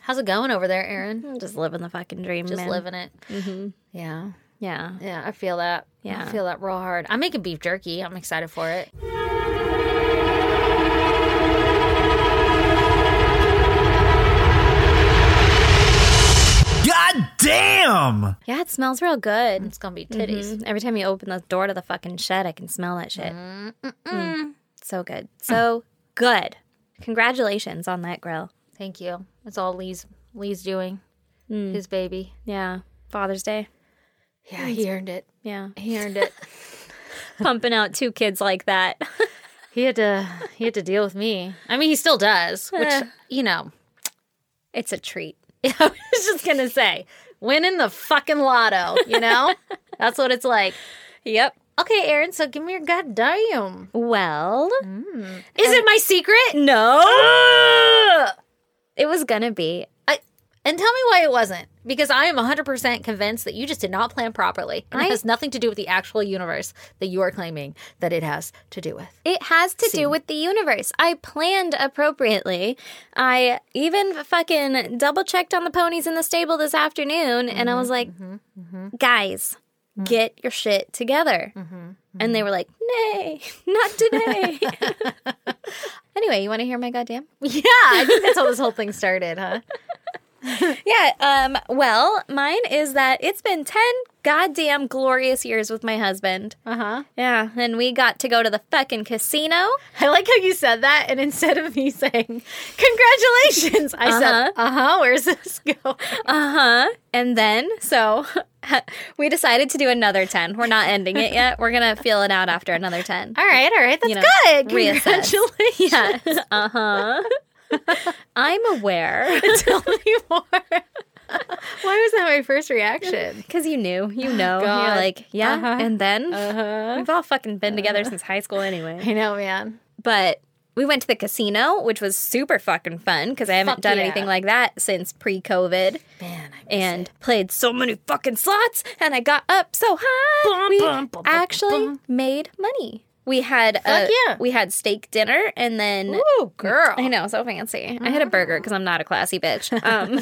How's it going over there, Aaron? I'm just living the fucking dream. Just man. living it. Yeah. Yeah. Yeah, I feel that. Yeah. I feel that real hard. I'm making beef jerky. I'm excited for it. God damn! Yeah, it smells real good. It's going to be titties. Mm, Every time you open the door to the fucking shed, I can smell that shit. Mm. So good. So good. Congratulations on that grill. Thank you. It's all Lee's Lee's doing. His baby. Yeah. Father's Day. Mm. Yeah, he earned it. Yeah. He earned it. Pumping out two kids like that. he had to he had to deal with me. I mean, he still does, which, Eh. you know, it's a treat. I was just going to say, winning the fucking lotto, you know? That's what it's like. Yep. Okay, Aaron, so give me your goddamn. Well, Is it my secret? no. Ah! It was going to be. I, and tell me why it wasn't. Because I am 100% convinced that you just did not plan properly. And I- it has nothing to do with the actual universe that you are claiming that it has to do with. It has to do with the universe. I planned appropriately. I even fucking double checked on the ponies in the stable this afternoon and I was like, mm-hmm. guys, get your shit together. And they were like, nay, not today. anyway, you want to hear my goddamn? Yeah, I think that's how this whole thing started, huh? Yeah. Um, well, mine is that it's been 10 goddamn glorious years with my husband. Uh huh. Yeah. And we got to go to the fucking casino. I like how you said that. And instead of me saying, congratulations, I Uh-huh. said, uh huh, where's this go? Uh huh. And then, so we decided to do another 10. We're not ending it yet. We're going to feel it out after another 10. All right, all right, that's You know, good. reassess. Congratulations. Yeah. Uh huh. I'm aware. Tell me more. Why was that my first reaction? Because you knew. You know. You're God. like, yeah. Uh-huh. And then Uh-huh. we've all fucking been together since high school anyway. I know, man. but we went to the casino, which was super fucking fun because I haven't Fuck done yeah. anything like that since pre COVID. Man, I And played so many fucking slots, and I got up so high. we bum, bum, bum, actually made money. We had a, Fuck yeah. we had steak dinner, and then Ooh, girl. Ah. I know, so fancy. I had a burger because I'm not a classy bitch. Um,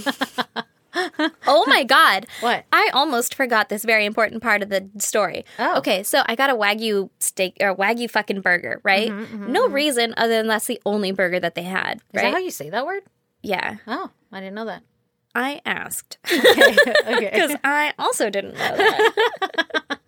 oh my god, What? I almost forgot this very important part of the story. Oh. Okay, so I got a wagyu steak or wagyu fucking burger, right? no reason other than that's the only burger that they had, Mm-hmm, Is right? that how you say that word? yeah, Oh, I didn't know that. I asked Okay. because I also didn't know that.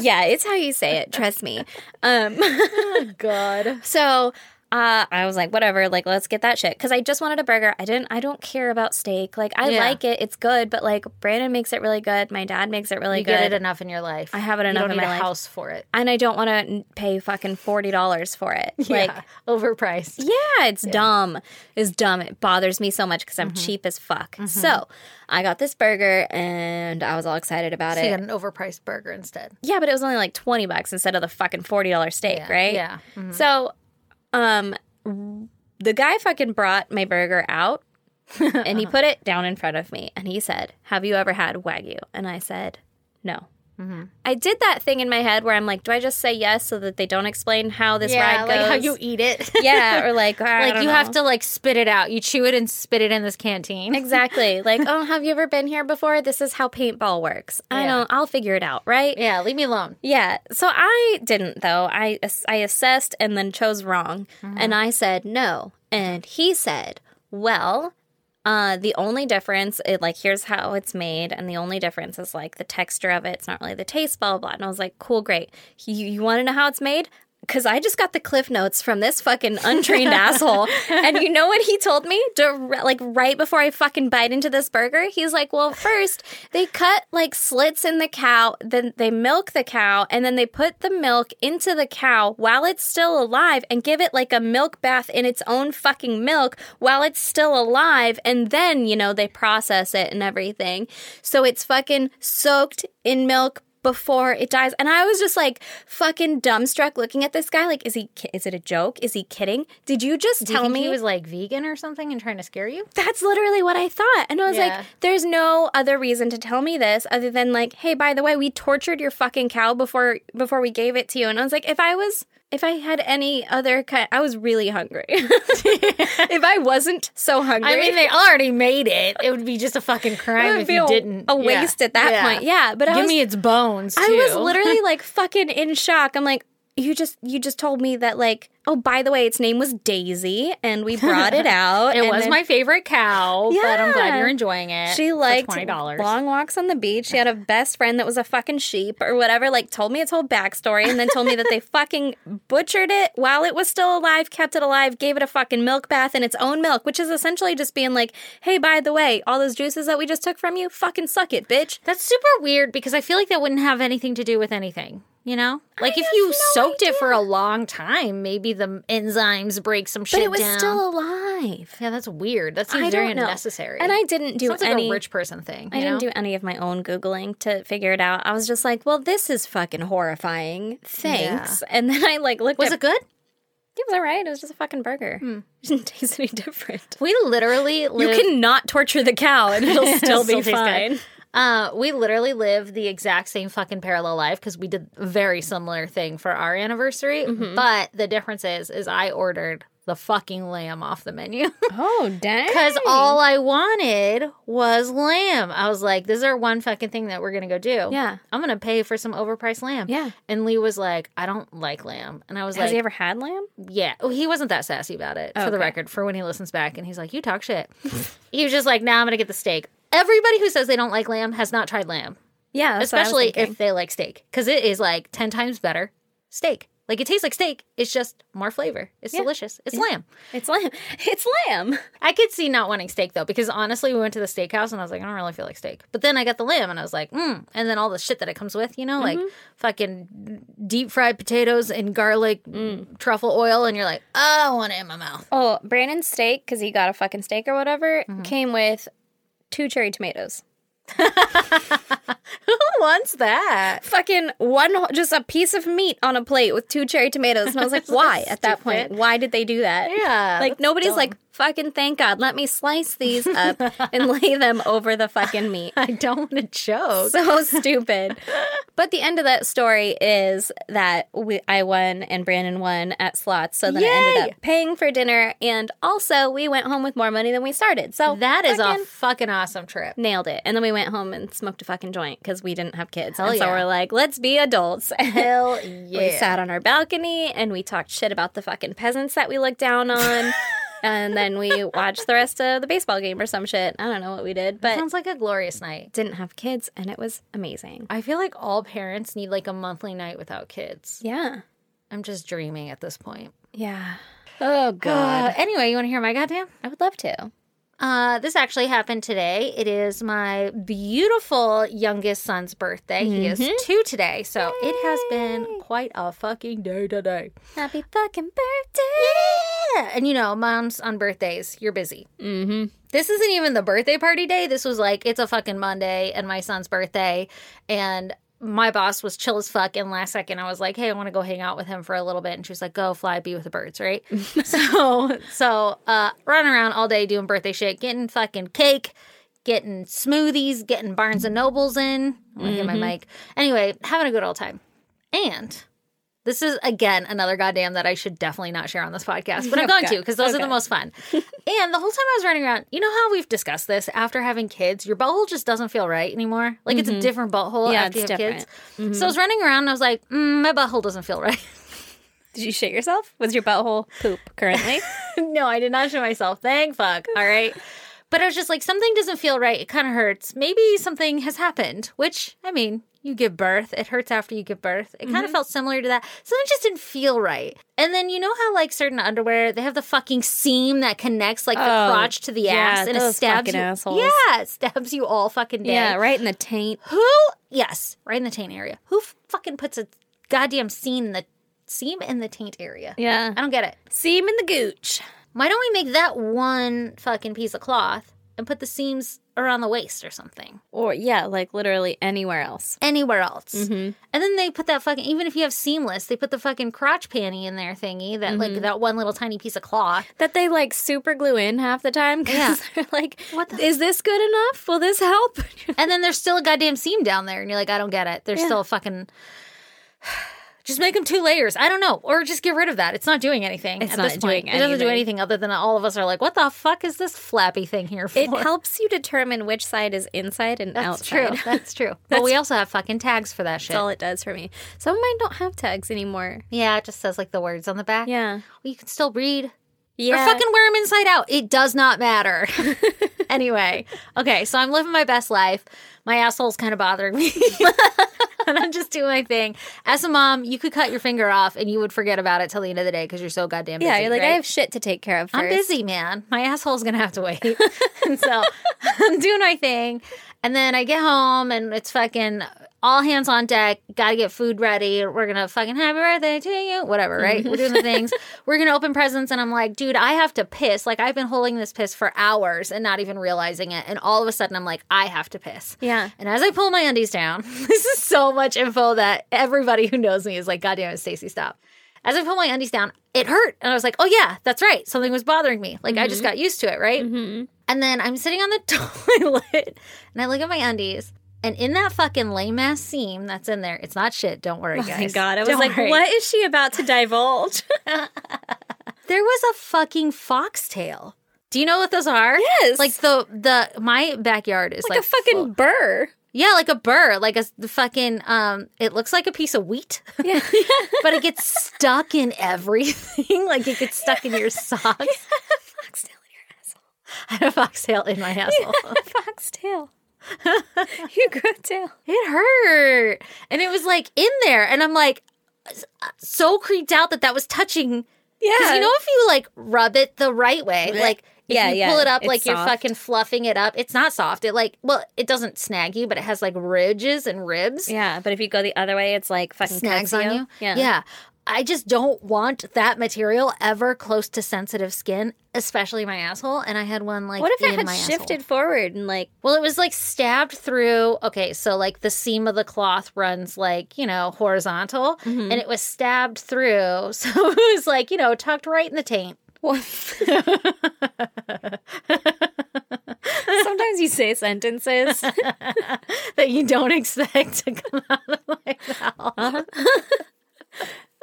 yeah, it's how you say it. Trust me. Um, God. So uh, I was like, whatever, like let's get that shit because I just wanted a burger. I didn't. I don't care about steak. Like I Yeah. like it. It's good, but like Brandon makes it really good. My dad makes it really You good. get it enough in your life. I have it You enough don't in need my a life. house for it. and I don't want to pay fucking forty dollars for it. Like, yeah. Overpriced. yeah, it's dumb. It's dumb. It bothers me so much because I'm Mm-hmm. cheap as fuck. So I got this burger and I was all excited about So it. you got an overpriced burger instead. Yeah, but it was only like 20 bucks instead of the fucking $40 steak, Yeah, right? yeah. Mm-hmm. So, um the guy fucking brought my burger out and he put it down in front of me and he said, "Have you ever had wagyu?" And I said, "No." Mm-hmm. I did that thing in my head where I'm like, do I just say yes so that they don't explain how this ride goes? like how you eat it. yeah, or like, I like don't you have know. to like spit it out. You chew it and spit it in this canteen. exactly like, oh, have you ever been here before? This is how paintball works. I Yeah. don't. I'll figure it out, right? Yeah, leave me alone. Yeah. So I didn't though. I I assessed and then chose wrong, and I said no. And he said, "Well, uh, the only difference, it, like, here's how it's made, and the only difference is like the texture of it. It's not really the taste, blah blah." blah. And I was like, "Cool, great. You, you want to know how it's made?" Because I just got the cliff notes from this fucking untrained asshole. And you know what he told me? Dire- like, right before I fucking bite into this burger, he's like, Well, first, they cut like slits in the cow, then they milk the cow, and then they put the milk into the cow while it's still alive and give it like a milk bath in its own fucking milk while it's still alive. And then, you know, they process it and everything. So it's fucking soaked in milk before it dies. And I was just like fucking dumbstruck looking at this guy. Like, is he, ki- is it a joke? Is he kidding? Did you just Do you tell think me? he was like vegan or something and trying to scare you? That's literally what I thought. And I was Yeah. like, there's no other reason to tell me this other than like, hey, by the way, we tortured your fucking cow before before we gave it to you. And I was like, if I was if I had any other kind, I was really hungry. if I wasn't so hungry, I mean, they already made it. It would be just a fucking crime it would if be you a, didn't. a waste at that point. Yeah, but I Give was, me its bones. I was too. literally like fucking in shock. I'm like, you just you just told me that like, oh by the way, its name was Daisy, and we brought it out. It and was then my favorite cow, but I'm glad Yeah. you're enjoying it. She for liked twenty dollars. long walks on the beach. She had a best friend that was a fucking sheep or whatever. Like told me its whole backstory, and then told me that they fucking butchered it while it was still alive, kept it alive, gave it a fucking milk bath in its own milk, which is essentially just being like, hey, by the way, all those juices that we just took from you, fucking suck it, bitch. That's super weird because I feel like that wouldn't have anything to do with anything. You know, like if you soaked it for a long time, maybe the enzymes break some shit But it was down. still alive. yeah, that's weird. That I seems very don't know. unnecessary. And I didn't do sounds like any. a rich person thing. I you didn't know? do any of my own googling to figure it out. I was just like, "Well, this is fucking horrifying." Thanks. And then I like looked. Was up- it good? It was all right. It was just a fucking burger. It didn't taste any different. We literally live, Hmm. You cannot torture the cow and it'll still be Still tastes fine. good. Uh, we literally live the exact same fucking parallel life because we did a very similar thing for our anniversary. Mm-hmm. But the difference is, is I ordered the fucking lamb off the menu Oh, dang. because all I wanted was lamb. I was like, this is our one fucking thing that we're gonna go do. Yeah. I'm gonna pay for some overpriced lamb. Yeah. And Lee was like, I don't like lamb, and I was Has like, he ever had lamb? yeah. Oh, he wasn't that sassy about it, for the Okay. record, for when he listens back and he's like, You talk shit. he was just like, Now nah, I'm going to get the steak. Everybody who says they don't like lamb has not tried lamb, Yeah. that's what I was especially thinking. if they like steak, because it is like 10 times better steak. Like it tastes like steak, it's just more flavor. It's delicious. It's lamb. it's lamb. It's lamb. I could see not wanting steak though, because honestly, we went to the steakhouse and I was like, I don't really feel like steak. But then I got the lamb and I was like, mm. And then all the shit that it comes with, you know, Mm-hmm. like fucking deep fried potatoes and garlic Mm. truffle oil. And you're like, oh, I want it in my mouth. Oh, Brandon's steak, because he got a fucking steak or whatever, came with two cherry tomatoes. Who wants that? Fucking one, whole- just a piece of meat on a plate with two cherry tomatoes. And I was like, why at that point? stupid. Why did they do that? Yeah, Like, that's nobody's dumb. like, fucking thank God, let me slice these up and lay them over the fucking meat. I don't want to choke. so stupid. But the end of that story is that we, I won and Brandon won at slots. So then I ended Yay! up paying for dinner. And also, we went home with more money than we started. So That is fucking a fucking awesome trip. Nailed it. And then we went home and smoked a fucking joint because we didn't have kids. Hell and so yeah. we're like, let's be adults. Hell We sat on our balcony and we talked shit about the fucking peasants that we looked down on. and then we watched the rest of the baseball game or some shit. I don't know what we did, but Sounds like a glorious night. didn't have kids and it was amazing. I feel like all parents need like a monthly night without kids. Yeah. I'm just dreaming at this point. Yeah. Oh Uh, anyway, you want to hear my goddamn? I would love to. Uh, this actually happened today. It is my beautiful youngest son's birthday. He is two today, so it has been quite a fucking day today. Happy fucking birthday. Yeah. And you know, moms on birthdays, you're busy. Mm-hmm. This isn't even the birthday party day. This was like, it's a fucking Monday and my son's birthday. And my boss was chill as fuck. And last second, I was like, hey, I want to go hang out with him for a little bit. And she was like, go fly, be with the birds, right? so, so, uh, run around all day doing birthday shit, getting fucking cake, getting smoothies, getting Barnes and Nobles in. I'm gonna hit my Mm-hmm. mic. Anyway, having a good old time. And this is again another goddamn that I should definitely not share on this podcast, but I'm going to because those are the most fun. and the whole time I was running around, you know how we've discussed this after having kids, your butthole just doesn't feel right anymore. Like it's a different butthole Mm-hmm. Yeah, after you it's Mm-hmm. have kids. So I was running around and I was like, mm, my butthole doesn't feel right. Did you shit yourself? Was your butthole poop currently? no, I did not show myself. Thank fuck. All right. But I was just like, something doesn't feel right. It kind of hurts. Maybe something has happened, which, I mean, you give birth. It hurts after you give birth. It Mm-hmm. kind of felt similar to that. Something just didn't feel right. And then you know how, like, certain underwear, they have the fucking seam that connects, like, the Oh, crotch to the ass and it those stabs fucking you. assholes. Yeah, it stabs you all fucking day. yeah, right in the taint. Who? Yes, right in the taint area. Who fucking puts a goddamn seam in the seam in the taint area? Yeah. I don't get it. Seam uh, in the gooch. Why don't we make that one fucking piece of cloth and put the seams around the waist or something? Or yeah, like literally anywhere else. Anywhere else. Mm-hmm. And then they put that fucking, even if you have seamless, they put the fucking crotch panty in there thingy, that Mm-hmm. like that one little tiny piece of cloth. That they like super glue in half the time because Yeah. they're like, What the- is this good enough? Will this help? and then there's still a goddamn seam down there. And you're like, I don't get it. There's still a fucking. Just make them two layers. I don't know, or just get rid of that. It's not doing anything. It's at not this point. doing It doesn't do anything. anything other than all of us are like, what the fuck is this flappy thing here for? It helps you determine which side is inside and That's outside. true. That's true. but we also have fucking tags for that shit. That's all it does for me. Some of mine don't have tags anymore. yeah, it just says like the words on the back. Yeah. Well, you can still read. Yeah. Or fucking wear them inside out. It does not matter. anyway, okay, so I'm living my best life. My asshole's kind of bothering me. and I'm just doing my thing. As a mom, you could cut your finger off and you would forget about it till the end of the day because you're so goddamn busy. yeah, you're like, I right? have shit to take care of first. I'm busy, man. My asshole's gonna have to wait. and so I'm doing my thing. And then I get home and it's fucking all hands on deck. Gotta get food ready. We're gonna fucking happy birthday to you. Whatever, right? We're doing the things. We're gonna open presents. And I'm like, dude, I have to piss. Like, I've been holding this piss for hours and not even realizing it. And all of a sudden, I'm like, I have to piss. Yeah. And as I pull my undies down, this is so much info that everybody who knows me is like, God damn it, Stacey, stop. As I pull my undies down, it hurt. And I was like, oh, yeah, that's right. Something was bothering me. Like, I just got used to it, right? Mm-hmm. And then I'm sitting on the toilet and I look at my undies. And in that fucking lame ass seam that's in there, it's not shit. Don't worry, guys. Oh, Thank God. I was Don't like, worry. what is she about to divulge? There was a fucking foxtail. Do you know what those are? Yes. Like the the my backyard is like, like a fucking full- burr. Yeah, like a burr, like a s- the fucking um it looks like a piece of wheat. Yeah. but it gets stuck in everything. Like it gets stuck in your socks. Foxtail in your asshole. I had a foxtail in my asshole. Foxtail. you grow tail. It hurt. And it was like in there. And I'm like s- uh, so creeped out that that was touching. Yeah. Because you know, if you like rub it the right way, Blech. like if Yeah, you yeah, pull it up it's like you're soft. fucking fluffing it up, it's not soft. It like, well, it doesn't snag you, but it has like ridges and ribs. Yeah, but if you go the other way, it's like fucking snags cuts on you. Yeah. Yeah. I just don't want that material ever close to sensitive skin, especially my asshole. And I had one like What if in it had my asshole. shifted forward and like Well, it was like stabbed through. Okay, so like the seam of the cloth runs like, you know, horizontal Mm-hmm. and it was stabbed through. So it was like, you know, tucked right in the taint. sometimes you say sentences. That you don't expect to come out of my mouth.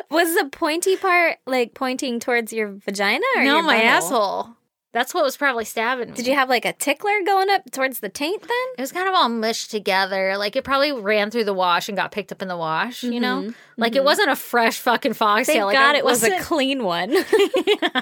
Was the pointy part like pointing towards your vagina or No, your my butthole? asshole. That's what was probably stabbing me. Did you have like a tickler going up towards the taint then? It was kind of all mushed together. Like it probably ran through the wash and got picked up in the wash, you know? Like it wasn't a fresh fucking foxtail. Mm-hmm. like, Thank God I it was a wasn't- clean one.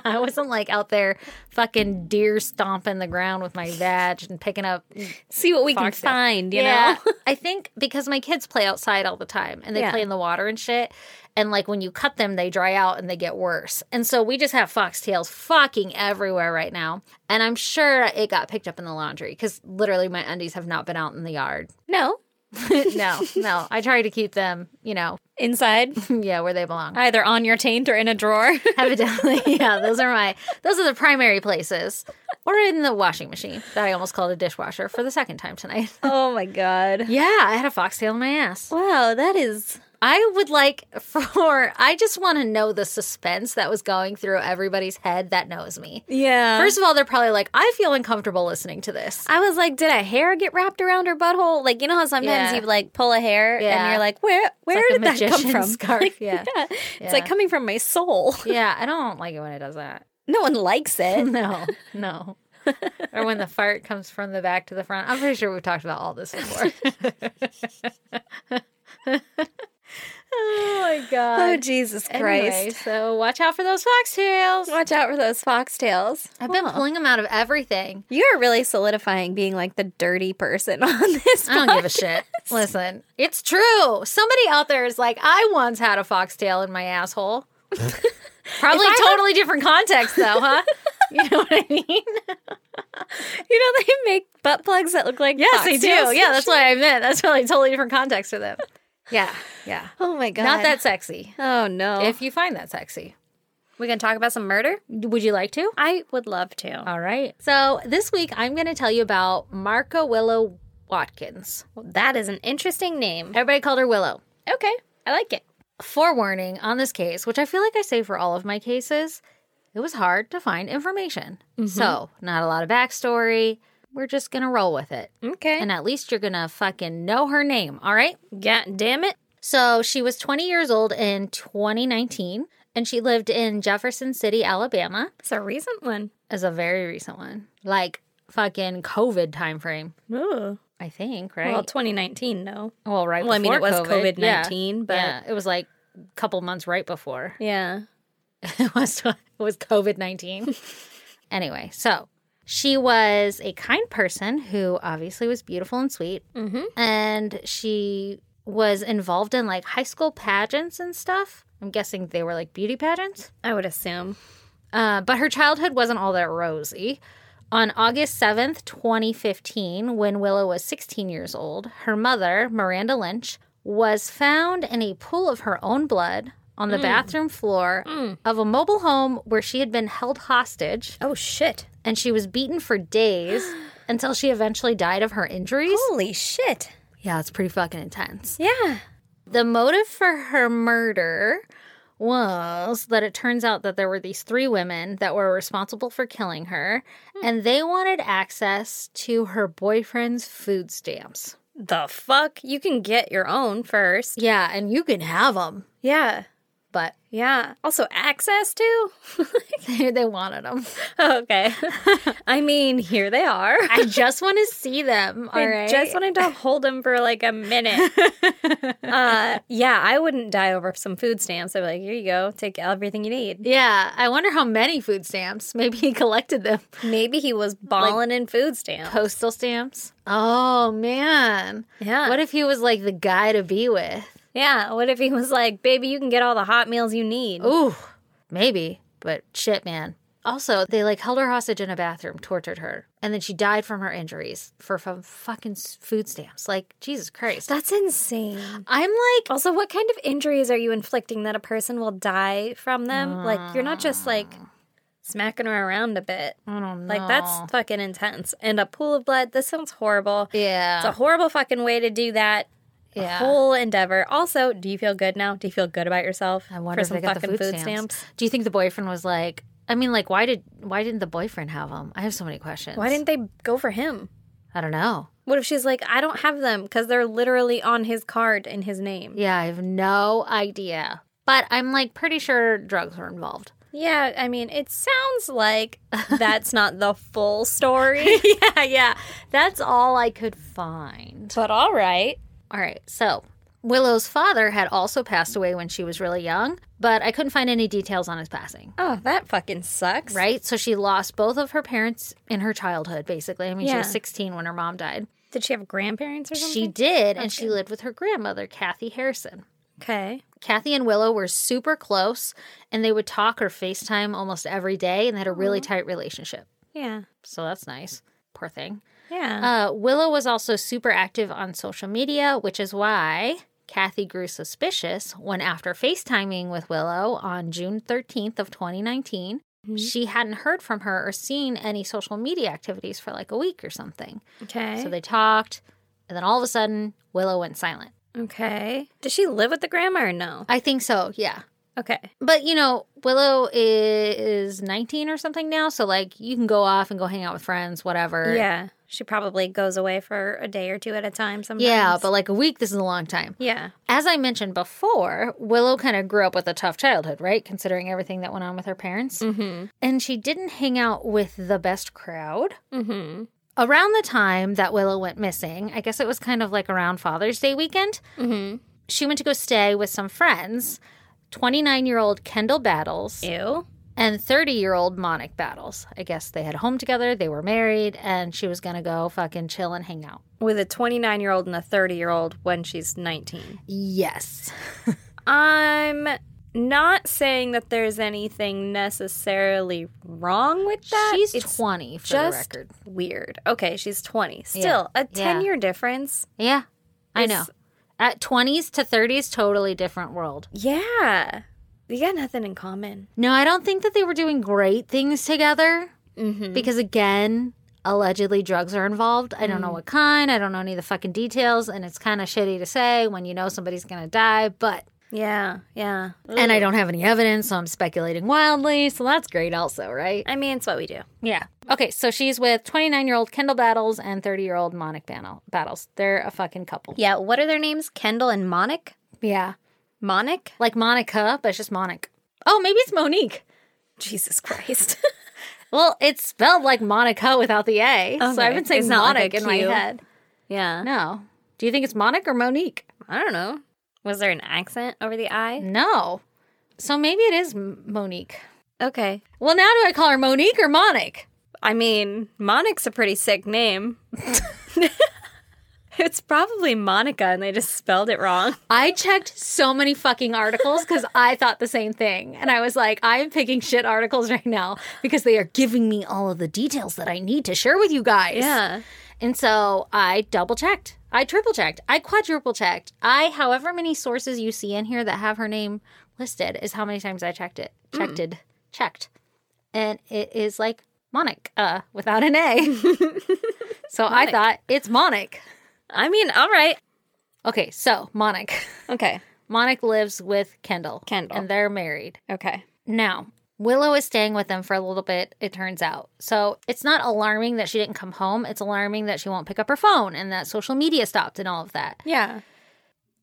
I wasn't like out there fucking deer stomping the ground with my vag and picking up. You See what we Foxtail. can find, you know? I think because my kids play outside all the time and they Yeah. play in the water and shit. And like when you cut them, they dry out and they get worse. And so we just have foxtails fucking everywhere right now. And I'm sure it got picked up in the laundry because literally my undies have not been out in the yard. No. no, no. I try to keep them, you know, Inside, yeah, where they belong. either on your taint or in a drawer. Evidently, yeah, those are my those are the primary places. Or in the washing machine that I almost called a dishwasher for the second time tonight. oh my God. Yeah, I had a foxtail in my ass. Wow, that is I would like for I just want to know the suspense that was going through everybody's head that knows me. yeah. First of all, they're probably like, I feel uncomfortable listening to this. I was like, did a hair get wrapped around her butthole? Like, you know how sometimes Yeah. you like pull a hair and Yeah. you're like, where where like a did that come magician's from? scarf, Like, yeah. It's like Yeah. coming from my soul. Yeah, I don't like it when it does that. No one likes it. No, no. or when the fart comes from the back to the front. I'm pretty sure we've talked about all this before. oh my god. oh Jesus Christ. Anyway, so watch out for those foxtails. Watch out for those foxtails. I've been pulling them out of everything. You're really solidifying being like the dirty person on this. I don't give a shit. Listen, it's true. Somebody out there is like, I once had a foxtail in my asshole. Probably totally different context, though, huh? you know what I mean? pod. You know they make butt plugs that look like Yes, they foxtails? do. Yeah, that's what I meant. That's probably a totally different context for them. Yeah, yeah. Oh my god. Not that sexy. Oh no. If you find that sexy, we can talk about some murder, would you like to? I would love to. All right. So this week I'm going to tell you about Marco Willow Watkins. That is an interesting name. Everybody called her Willow. Okay, I like it. Forewarning on this case, which I feel like I say for all of my cases, it was hard to find information. Mm-hmm. So, not a lot of backstory. We're just going to roll with it. Okay. And at least you're going to fucking know her name. All right. God damn it. So she was 20 years old in 2019, and she lived in Jefferson City, Alabama, It's a recent one. as a very recent one, like fucking COVID timeframe, Ooh. I think, right? Well, Well, 2019, no. right. Well, I mean, before it was COVID. Yeah. COVID-19, but- yeah, it was like a couple months right before. Yeah. it was it was COVID nineteen. anyway, so she was a kind person who obviously was beautiful and sweet, mm-hmm. and she was involved in like high school pageants and stuff. I'm guessing they were like beauty pageants. I would assume. Uh, but her childhood wasn't all that rosy. On August 7th, 2015, when Willow was 16 years old, her mother, Miranda Lynch, was found in a pool of her own blood on the bathroom floor of a mobile home where she had been held hostage Oh, shit. and she was beaten for days until she eventually died of her injuries. Holy shit. Yeah, it's pretty fucking intense. Yeah. The motive for her murder was that it turns out that there were these three women that were responsible for killing her, and they wanted access to her boyfriend's food stamps. The fuck? You can get your own first. Yeah, and you can have them, Yeah. but Yeah. Also, access to? they, they wanted them. okay. I mean, here they are. I just want to see them. All I right, just wanted to hold them for like a minute. uh, yeah, I wouldn't die over some food stamps. I'd be like, here you go, take everything you need. yeah. I wonder how many food stamps. Maybe he collected them. Maybe he was balling in food stamps. Postal stamps. Oh man. Yeah. What if he was like the guy to be with? Yeah. What if he was like, baby, you can get all the hot meals you need? Ooh, maybe, but shit, man. Also, they like held her hostage in a bathroom, tortured her, and then she died from her injuries for from fucking s- food stamps. Like Jesus Christ, That's insane. I'm like, Also, what kind of injuries are you inflicting that a person will die from them? Like, you're not just like smacking her around a bit. I don't know. Like, that's fucking intense. And a pool of blood, this sounds horrible. yeah, It's a horrible fucking way to do that. yeah. whole endeavor. Also, do you feel good now? Do you feel good about yourself I wonder for if some they got the fucking food, stamps. Do you think the boyfriend was like? I mean, like, why did why didn't the boyfriend have them? I have so many questions. Why didn't they go for him? I don't know? What if she's like, I don't have them because they're literally on his card in his name? Yeah, I have no idea. But I'm like pretty sure drugs were involved. Yeah, I mean, it sounds like that's not the full story, yeah, yeah. That's all I could find. but all right. All right. So Willow's father had also passed away when she was really young, but I couldn't find any details on his passing. Oh, that fucking sucks. Right? So she lost both of her parents in her childhood, basically. I mean, she was Yeah. 16 when her mom died. Did she have grandparents or something? She did, and she lived with her grandmother, Kathy Harrison. Okay. Kathy and Willow were super close, and they would talk or FaceTime almost every day and they had a really tight relationship. Yeah. So that's nice. Poor thing. Yeah. Uh, Willow was also super active on social media, which is why Kathy grew suspicious when, after FaceTiming with Willow on June 13th of 2019, Mm-hmm. she hadn't heard from her or seen any social media activities for like a week or something. okay. So they talked, and then all of a sudden, Willow went silent. okay. Did she live with the grandma or no? I think so, yeah. Okay. But you know, Willow is 19 or something now, so like you can go off and go hang out with friends, whatever. Yeah. She probably goes away for a day or two at a time sometimes. Yeah, but like a week, this is a long time. Yeah. As I mentioned before, Willow kind of grew up with a tough childhood, right? Considering everything that went on with her parents. Mm-hmm. And she didn't hang out with the best crowd. Mm-hmm. Around the time that Willow went missing, I guess it was kind of like around Father's Day weekend, Mm-hmm. she went to go stay with some friends 29 year old Kendall Battles Ew. and 30 year old Monic Battles. I guess they had a home together, they were married, and she was going to go fucking chill and hang out. With a 29 year old and a 30 year old when she's 19. Yes. I'm not saying that there's anything necessarily wrong with that. She's It's 20 for the just record. weird. Okay, she's 20. Still, a Yeah. 10 year difference. Yeah, I is- know. At 20s to 30s, totally different world. Yeah. You got nothing in common. No, I don't think that they were doing great things together because, again, allegedly drugs are involved. I don't know what kind, I don't know any of the fucking details, and it's kind of shitty to say when you know somebody's gonna die, but. Yeah. Yeah. And I don't have any evidence, so I'm speculating wildly. So that's great, also, right? I mean, it's what we do. Yeah. Okay, so she's with 29 year old Kendall Battles and 30 year old Monic Battle- Battles. They're a fucking couple. Yeah. What are their names? Kendall and Monic? Yeah. Monic? Like Monica, but it's just Monic. Oh, maybe it's Monique. Jesus Christ. Well, it's spelled like Monica without the A. So Okay. I've been saying It's Monic not like a in my Q. head. yeah. No. Do you think it's Monic or Monique? I don't know. Was there an accent over the I? No. So maybe it is M- Monique. Okay. Well, now do I call her Monique or Monic? I mean, Monic's a pretty sick name. it's probably Monica and they just spelled it wrong. I checked so many fucking articles because I thought the same thing. And I was like, I am picking shit articles right now because they are giving me all of the details that I need to share with you guys. And so I double checked. I triple checked. I quadruple checked. I, however many sources you see in here that have her name listed, is how many times I checked it. Checked it. Checked. And it is like Monic, uh, without an A. so I thought it's Monic. I mean, all right. Okay, so Monic. Okay. Monic lives with Kendall. Kendall. And they're married. Okay. Now, Willow is staying with them for a little bit, it turns out. So it's not alarming that she didn't come home. It's alarming that she won't pick up her phone and that social media stopped and all of that. Yeah.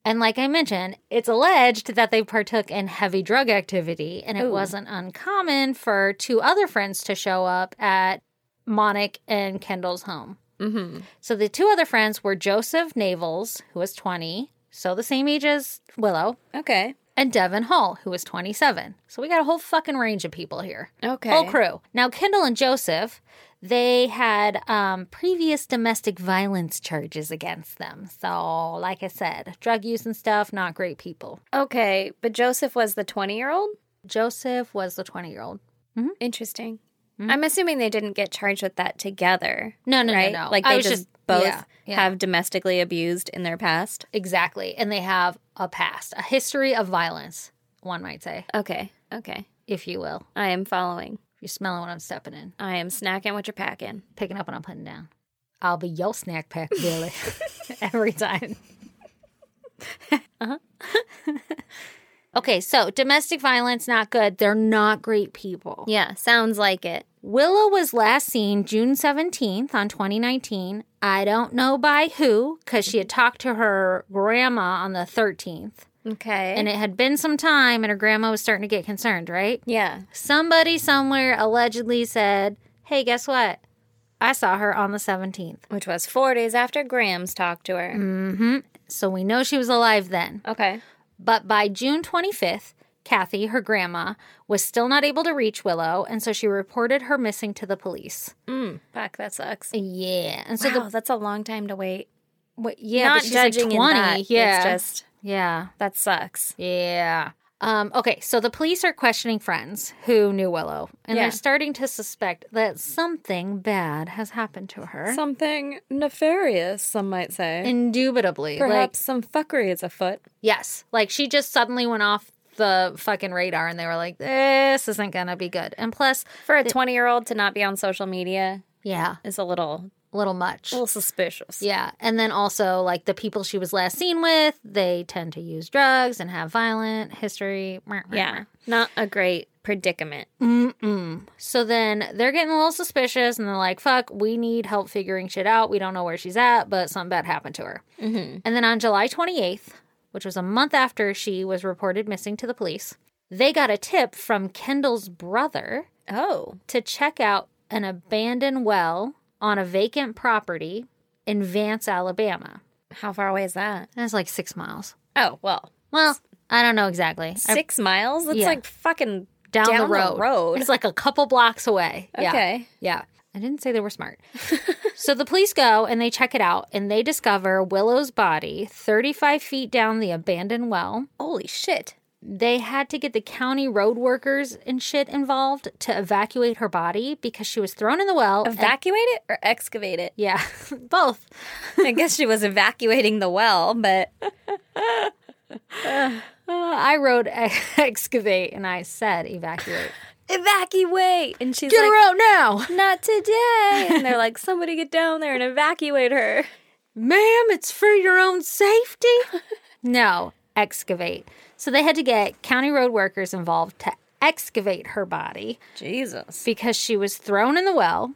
And like I mentioned, it's alleged that they partook in heavy drug activity, and it wasn't uncommon for two other friends to show up at Monic and Kendall's home. Mm-hmm. So the two other friends were Joseph Navels, who was 20, so the same age as Willow, Okay. and Devin Hall, who was 27. So we got a whole fucking range of people here. Okay. Whole crew. Now, Kendall and Joseph, they had um, previous domestic violence charges against them. So, like I said, drug use and stuff, not great people. Okay. But Joseph was the 20 year old? Joseph was the 20 year old. Mm-hmm. Interesting. I'm assuming they didn't get charged with that together. No, no, no, right? no. Like I they was just, just- both yeah, yeah. have domestically abused in their past. Exactly. And they have a past, a history of violence, one might say, Okay. Okay. if you will. I am following. You're smelling what I'm stepping in, I am snacking what you're packing. picking up what I'm putting down. I'll be your snack pack, Billy, every time. Uh-huh. okay, so domestic violence, not good. They're not great people. Yeah, sounds like it. Willow was last seen June 17th on 2019. I don't know by who cuz she had talked to her grandma on the 13th Okay. and it had been some time and her grandma was starting to get concerned, right? yeah. Somebody somewhere allegedly said, "Hey, guess what? I saw her on the 17th." Which was four days after Graham's talked to her. So we know she was alive then. Okay. But by June 25th, Kathy, her grandma, was still not able to reach Willow, and so she reported her missing to the police. Fuck, that sucks. Yeah. And so So wow, that's a long time to wait. the wait, yeah, Not but she's judging like 20. in that. yeah. It's just yeah. that sucks. Yeah. Um, okay, so the police are questioning friends who knew Willow, and Yeah. they're starting to suspect that something bad has happened to her. Something nefarious, some might say. Indubitably. Like, some fuckery is afoot. yes. Like she just suddenly went off the fucking radar, and they were like, this isn't going to be good. And plus, For a 20 year old to not be on social media yeah, is a little, a little much. little suspicious. Yeah. And then also, like, the people she was last seen with, they tend to use drugs and have violent history. Yeah. Not a great predicament. So then they're getting a little suspicious and they're like, fuck, we need help figuring shit out. We don't know where she's at, but something bad happened to her. Mm-hmm. And then on July 28th, which was a month after she was reported missing to the police, they got a tip from Kendall's brother Oh. to check out an abandoned well on a vacant property in Vance, Alabama. How far away is that? That's like six miles. Oh, well, Well, I don't know exactly. I- six miles? That's Yeah. like fucking down, the road. road. It's like a couple blocks away. Yeah. Okay. Yeah. I didn't say they were smart. so the police go and they check it out and they discover Willow's body 35 feet down the abandoned well. Holy shit. They had to get the county road workers and shit involved to evacuate her body because she was thrown in the well. and- Evacuate it or excavate it? yeah, both. I guess she was evacuating the well, but Uh, I wrote excavate and I said evacuate. evacuate. And she's Get like, her out now. not today. And they're like, somebody get down there and evacuate her. Ma'am, it's for your own safety. no, excavate. So they had to get county road workers involved to excavate her body Jesus. because she was thrown in the well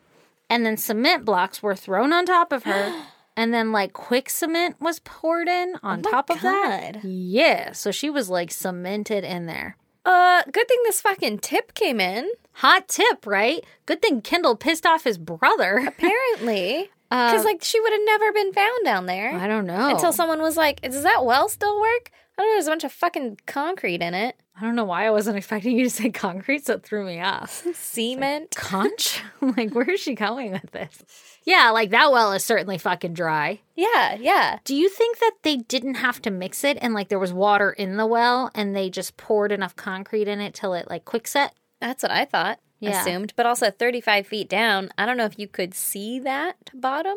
and then cement blocks were thrown on top of her And then like quick cement was poured in on Oh my top of that. God. Yeah. So she was like cemented in there. Uh, good thing this fucking tip came in. Hot tip, right? Good thing Kendall pissed off his brother. Apparently, because like she would have never been found down there I don't know. until someone was like, "Does that well still work?" I don't know. There's a bunch of fucking concrete in it, I don't know why I wasn't expecting you to say concrete, so it threw me off. cement. Conch? I'm like, where is she going with this? Yeah, like that well is certainly fucking dry. Yeah, yeah. Do you think that they didn't have to mix it and like there was water in the well and they just poured enough concrete in it till it like quick set? That's what I thought. Yeah. Assumed, but also 35 feet down. I don't know if you could see that bottom.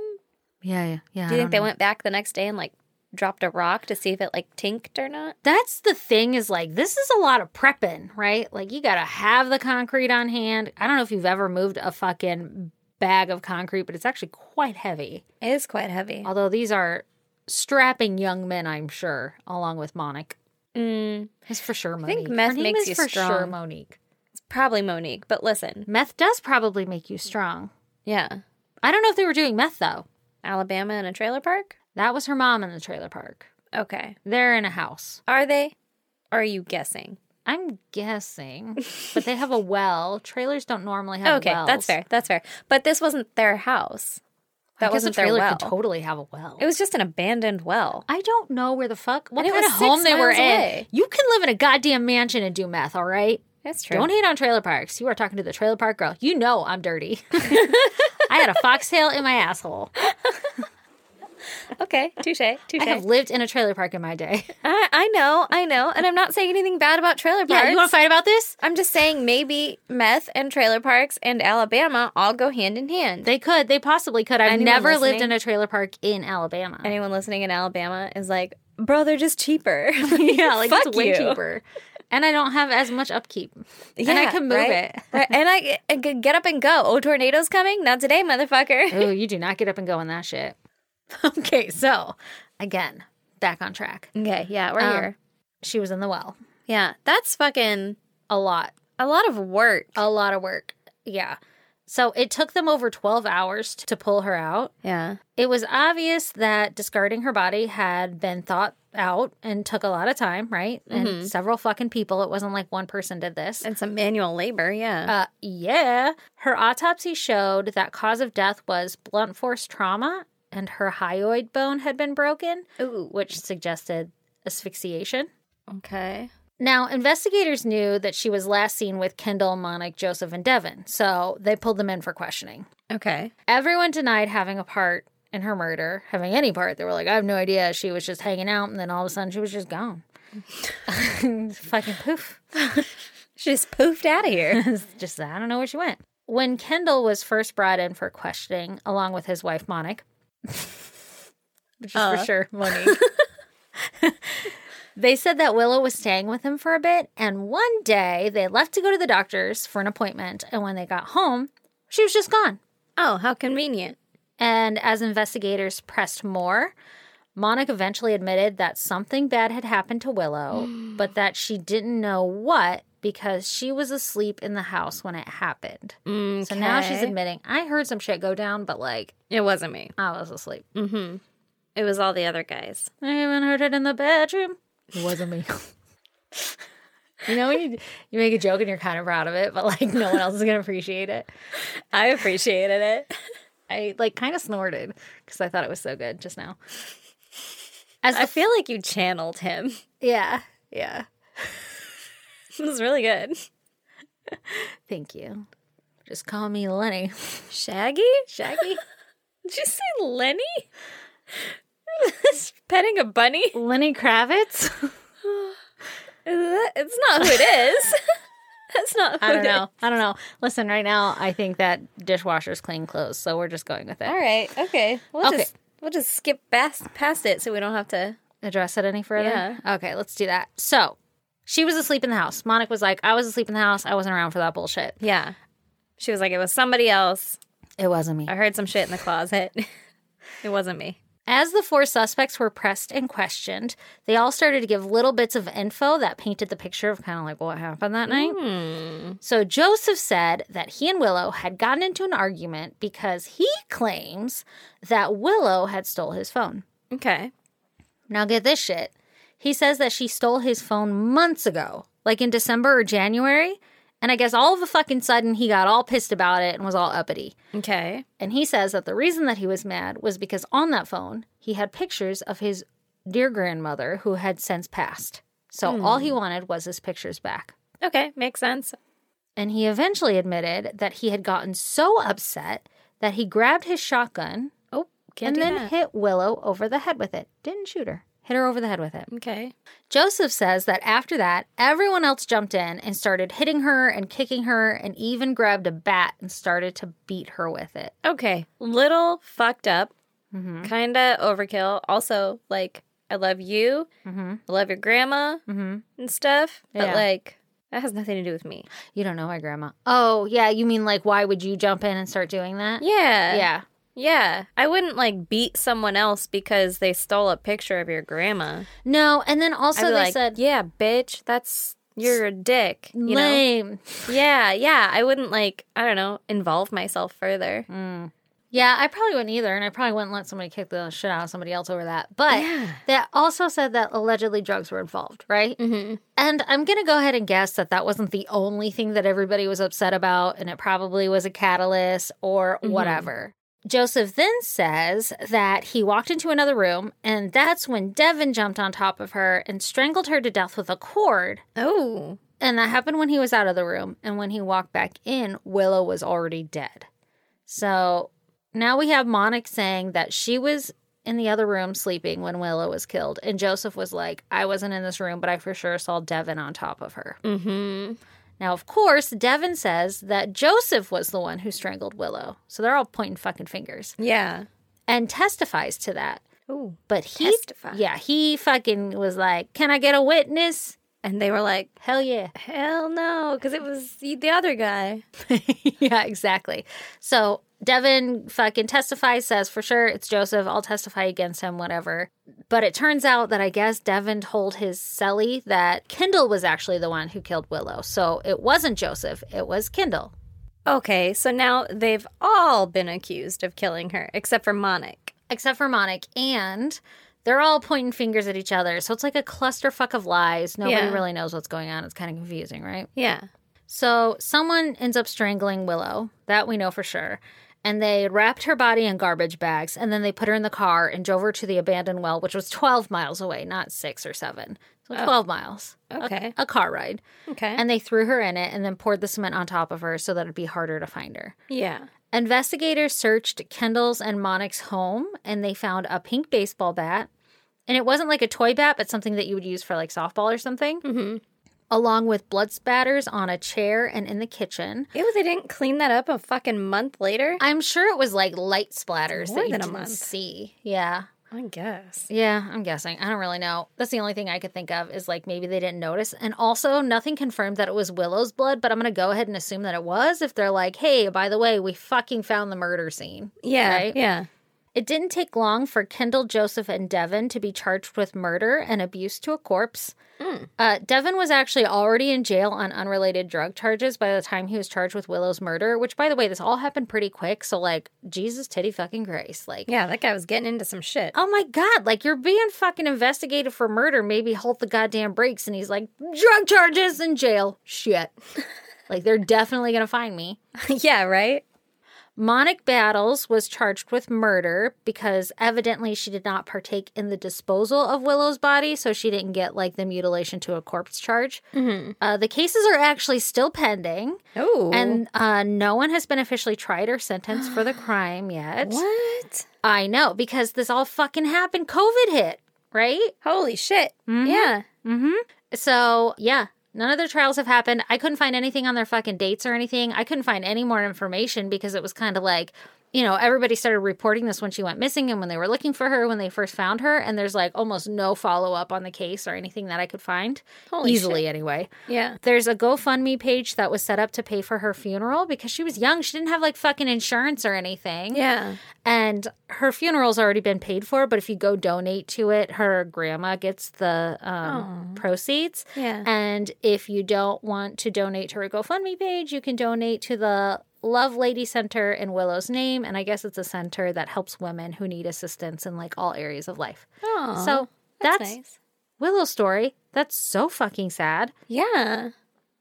Yeah, yeah, yeah. Do you think they went back the next day and like dropped a rock to see if it like tinked or not? That's the thing is like this is a lot of prepping, right? Like you got to have the concrete on hand. I don't know if you've ever moved a fucking bag of concrete, but it's actually quite heavy. It is quite heavy. Although these are strapping young men, I'm sure, along with Monique. Mm, It's for sure Monique. think meth Her name makes is you for sure strong. Monique. it's probably Monique, but listen, Meth does probably make you strong. yeah, I don't know if they were doing meth though. Alabama in a trailer park. That was her mom in the trailer park. Okay, They're in a house. are they? Or are you guessing? I'm guessing, but they have a well. Trailers don't normally have Okay, wells. that's fair. That's fair. But this wasn't their house. I That guess a wasn't their trailer well. could totally have a well. it was just an abandoned well. I don't know where the fuck what And it kind was of home six they were miles in. away. You can live in a goddamn mansion and do meth, all right? That's true. Don't hate on trailer parks. You are talking to the trailer park girl. You know I'm dirty. I had a foxtail in my asshole. e-, okay, touche, touche. I have lived in a trailer park in my day. I, I know, I know, and I'm not saying anything bad about trailer parks. Yeah, you want to fight about this? I'm just saying maybe meth and trailer parks and Alabama all go hand in hand. They could. They possibly could. I've Anyone never lived listening? in a trailer park in Alabama. Anyone listening in Alabama is like, bro, they're just cheaper. yeah, like Fuck it's way you. cheaper. And I don't have as much upkeep. and I Yeah, can move right? it. Right, and I, I could get up and go. Oh, tornado's coming? Not today, motherfucker. Oh, you do not get up and go in that shit. Okay, so again, back on track. okay, yeah, we're Um, here. She was in the well. Yeah, that's fucking A lot. a lot of work. A lot of work. Yeah. So it took them over 12 hours t- to pull her out. Yeah. It was obvious that discarding her body had been thought out and took a lot of time, right? And several fucking people. It wasn't like one person did this. And some manual labor, yeah. Uh, yeah. Her autopsy showed that cause of death was blunt force trauma and her hyoid bone had been broken, Uh, Ooh. which suggested asphyxiation. Okay. Now, investigators knew that she was last seen with Kendall, Monic, Joseph, and Devon, so they pulled them in for questioning. Okay. Everyone denied having a part in her murder, having any part. They were like, I have no idea. She was just hanging out, and then all of a sudden she was just gone. Fucking poof. She just poofed out of here. It's just I don't know where she went. When Kendall was first brought in for questioning, along with his wife Monique, which is for sure Monique, they said that Willow was staying with him for a bit. And one day they left to go to the doctor's for an appointment. And when they got home, she was just gone. oh, how convenient. And as investigators pressed more, Monic eventually admitted that something bad had happened to Willow, but that she didn't know what because she was asleep in the house when it happened. So now she's Okay. admitting, I heard some shit go down, but like It wasn't me. I was asleep. It was all the other guys. I even heard it in the bedroom. It wasn't me. you know when you you make a joke and you're kind of proud of it, but like no one else is gonna appreciate it. I appreciated it. I like kind of snorted because I thought it was so good just now. As I feel like you channeled him. yeah, yeah. It was really good. Thank you. Just call me Lenny. Shaggy? Shaggy? Did you say Lenny? Petting a bunny? Is Lenny Kravitz? that- It's not who it is. That's not who I don't it is. know. I don't know. Listen, right now, I think that dishwasher's clean clothes, so we're just going with it. All right. Okay. We'll Okay. just we'll just skip past past it so we don't have to. Address it any further? Yeah. Okay, let's do that. So, she was asleep in the house. Monic was like, I was asleep in the house. I wasn't around for that bullshit. Yeah. She was like, it was somebody else. It wasn't me. I heard some shit in the closet. it wasn't me. As the four suspects were pressed and questioned, they all started to give little bits of info that painted the picture of kind of like what happened that night. So Joseph said that he and Willow had gotten into an argument because he claims that Willow had stole his phone. Okay. Now get this shit. He says that she stole his phone months ago, like in December or January. And I guess all of a fucking sudden he got all pissed about it and was all uppity. Okay. And he says that the reason that he was mad was because on that phone he had pictures of his dear grandmother who had since passed. So Hmm. all he wanted was his pictures back. Okay. Makes sense. And he eventually admitted that he had gotten so upset that he grabbed his shotgun Oh, and can't do then that. hit Willow over the head with it. Didn't shoot her. Hit her over the head with it. Okay. Joseph says that after that, everyone else jumped in and started hitting her and kicking her and even grabbed a bat and started to beat her with it. Mm-hmm, Okay. Little fucked up. Kind of overkill. Also, like, I love you. mm-hmm, I love your grandma and stuff. But, Yeah. like, that has nothing to do with me. You don't know my grandma. Oh, yeah. You mean like, why would you jump in and start doing that? Yeah. Yeah. Yeah. I wouldn't, like, beat someone else because they stole a picture of your grandma. No. And then also, I'd be they like, said, yeah, bitch, that's, you're a dick. You know? lame. Yeah. Yeah. I wouldn't, like, I don't know, involve myself further. Yeah, I probably wouldn't either, and I probably wouldn't let somebody kick the shit out of somebody else over that. But Yeah. that also said that allegedly drugs were involved, right? Mm-hmm. And I'm gonna go ahead and guess that that wasn't the only thing that everybody was upset about, and it probably was a catalyst or whatever. Joseph then says that he walked into another room, and that's when Devin jumped on top of her and strangled her to death with a cord. Oh. And that happened when he was out of the room. And when he walked back in, Willow was already dead. So now we have Monic saying that she was in the other room sleeping when Willow was killed. And Joseph was like, I wasn't in this room, but I for sure saw Devin on top of her. Mm-hmm. Now, of course, Devin says that Joseph was the one who strangled Willow. So they're all pointing fucking fingers Yeah. and testifies to that. Ooh. But he, Testify. yeah, he fucking was like, Can I get a witness? And they were like, Hell yeah. Hell no, because it was the the other guy. yeah, exactly. So Devin fucking testifies, says for sure it's Joseph. I'll testify against him, whatever. But it turns out that I guess Devin told his cellie that Kendall was actually the one who killed Willow. So it wasn't Joseph, it was Kendall. Okay, so now they've all been accused of killing her, except for Monic. Except for Monic. And they're all pointing fingers at each other. So it's like a clusterfuck of lies. Nobody Yeah. really knows what's going on. It's kind of confusing, right? Yeah. So someone ends up strangling Willow. That we know for sure. And they wrapped her body in garbage bags and then they put her in the car and drove her to the abandoned well, which was 12 miles away, not six or seven. So 12 miles. A- Okay. A, car ride. Okay. And they threw her in it and then poured the cement on top of her so that it'd be harder to find her. yeah. Investigators searched Kendall's and Monic's home and they found a pink baseball bat. And it wasn't like a toy bat, but something that you would use for like softball or something. Mm-hmm. Along with blood spatters on a chair and in the kitchen. Ew, they didn't clean that up a fucking month later. I'm sure it was like light splatters More that you than a didn't month. see. Yeah. I guess. Yeah, I'm guessing. I don't really know. That's the only thing I could think of is like maybe they didn't notice. And also, nothing confirmed that it was Willow's blood, but I'm going to go ahead and assume that it was if they're like, hey, by the way, we fucking found the murder scene. Yeah. Right? Yeah. It didn't take long for Kendall, Joseph, and Devin to be charged with murder and abuse to a corpse. Uh, Devin was actually already in jail on unrelated drug charges by the time he was charged with Willow's murder, which, by the way, this all happened pretty quick. So, like, Jesus, titty fucking grace. Like, Yeah, that guy was getting into some shit. oh my God, like, you're being fucking investigated for murder. Maybe halt the goddamn brakes. And he's like, drug charges in jail. Shit. like, they're definitely going to find me. yeah, right? Monic Battles was charged with murder because evidently she did not partake in the disposal of Willow's body, so she didn't get like the mutilation to a corpse charge. Uh, the cases are actually still pending, Oh. and uh, no one has been officially tried or sentenced for the crime yet. what? I know because this all fucking happened. COVID hit, right? Holy shit. Yeah. So, yeah, none of their trials have happened. I couldn't find anything on their fucking dates or anything. I couldn't find any more information because it was kind of like you know, everybody started reporting this when she went missing and when they were looking for her when they first found her. And there's like almost no follow up on the case or anything that I could find. Holy Easily, anyway. Yeah. There's a GoFundMe page that was set up to pay for her funeral because she was young. She didn't have like fucking insurance or anything. Yeah. And her funeral's already been paid for, but if you go donate to it, her grandma gets the um, proceeds. Yeah. And if you don't want to donate to her GoFundMe page, you can donate to the Love Lady Center in Willow's name. And I guess it's a center that helps women who need assistance in like all areas of life. Oh, so that's, nice. Willow's story. That's so fucking sad. Yeah.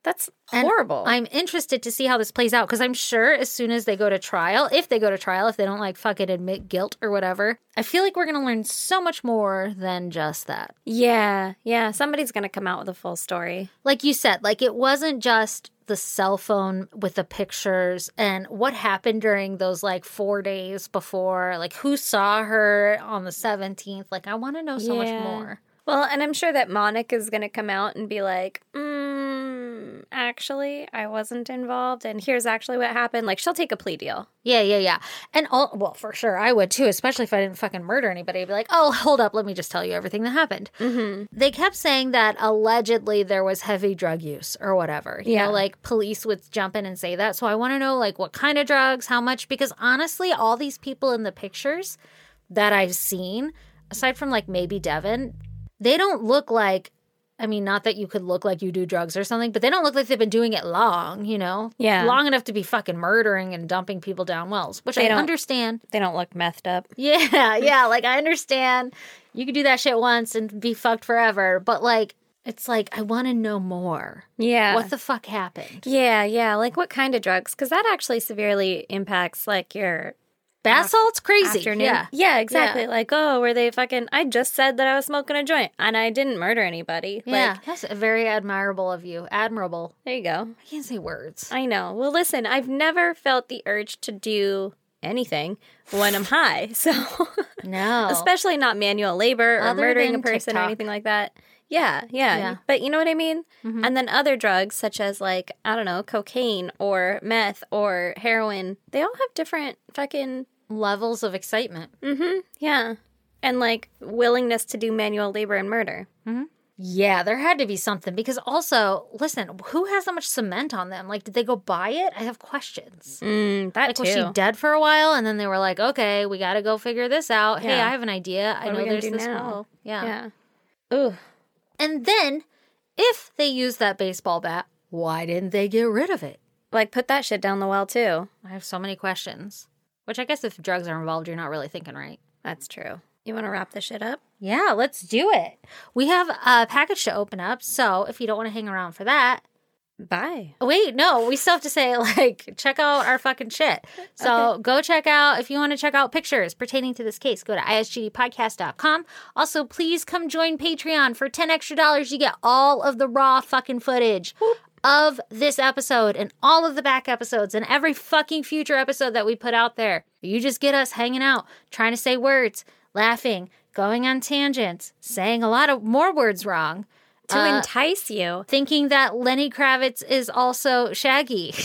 That's And horrible. I'm interested to see how this plays out because I'm sure as soon as they go to trial, if they go to trial, if they don't like fucking admit guilt or whatever, I feel like we're going to learn so much more than just that. yeah. Yeah. Somebody's going to come out with a full story. Like you said, like it wasn't just the cell phone with the pictures and what happened during those like four days before, like who saw her on the 17th. Like I want to know so Yeah. much more. Well, and I'm sure that Monica is going to come out and be like, mm, actually, I wasn't involved. And here's actually what happened. Like, she'll take a plea deal. Yeah, yeah, yeah. And all, well, for sure, I would too, especially if I didn't fucking murder anybody. I'd be like, oh, hold up, let me just tell you everything that happened. Mm-hmm. They kept saying that allegedly there was heavy drug use or whatever. You Yeah. know, like police would jump in and say that. So I want to know, like, what kind of drugs, how much, because honestly, all these people in the pictures that I've seen, aside from like maybe Devin, they don't look like. I mean, not that you could look like you do drugs or something, but they don't look like they've been doing it long, you know? Yeah. Long enough to be fucking murdering and dumping people down wells, which They I don't- understand. They don't look methed up. Yeah, yeah. Like, I understand you could do that shit once and be fucked forever, but like, it's like, I want to know more. Yeah. What the fuck happened? yeah. Yeah. Like, what kind of drugs? Because that actually severely impacts, like, your Basalt's crazy. afternoon. Yeah. exactly. Like, oh, were they fucking? I just said that I was smoking a joint and I didn't murder anybody. Yeah. Like, That's very admirable of you. Admirable. there you go. I can't say words. I know. Well, listen, I've never felt the urge to do anything when I'm high. So, No. especially not manual labor or Other murdering a than person or TikTok. anything like that. Yeah, yeah, Mm-hmm. Yeah. But you know what I mean? And then other drugs such as like, I don't know, cocaine or meth or heroin, they all have different fucking Levels of excitement. yeah. And like willingness to do manual labor and murder. Yeah, there had to be something because also, listen, who has that much cement on them? Like, did they go buy it? I have questions. Mm, that Was she dead for a while? And then they were like, okay, we got to go figure this out. Hey, Yeah. I have an idea. I What are know we gonna there's do this now? wall. Yeah. yeah. Ooh. And then, if they used that baseball bat, why didn't they get rid of it? Like put that shit down the well too. I have so many questions. Which I guess if drugs are involved, you're not really thinking right. That's true. You want to wrap this shit up? Yeah, let's do it. We have a package to open up. So if you don't want to hang around for that, Bye. Wait, no, we still have to say, like, check out our fucking shit. So go check out, if you want to check out pictures pertaining to this case, go to isgdpodcast.com. Also, please come join Patreon for 10 extra dollars. You get all of the raw fucking footage of this episode and all of the back episodes and every fucking future episode that we put out there. You just get us hanging out, trying to say words, laughing, going on tangents, saying a lot of more words wrong To entice you. thinking that Lenny Kravitz is also Shaggy.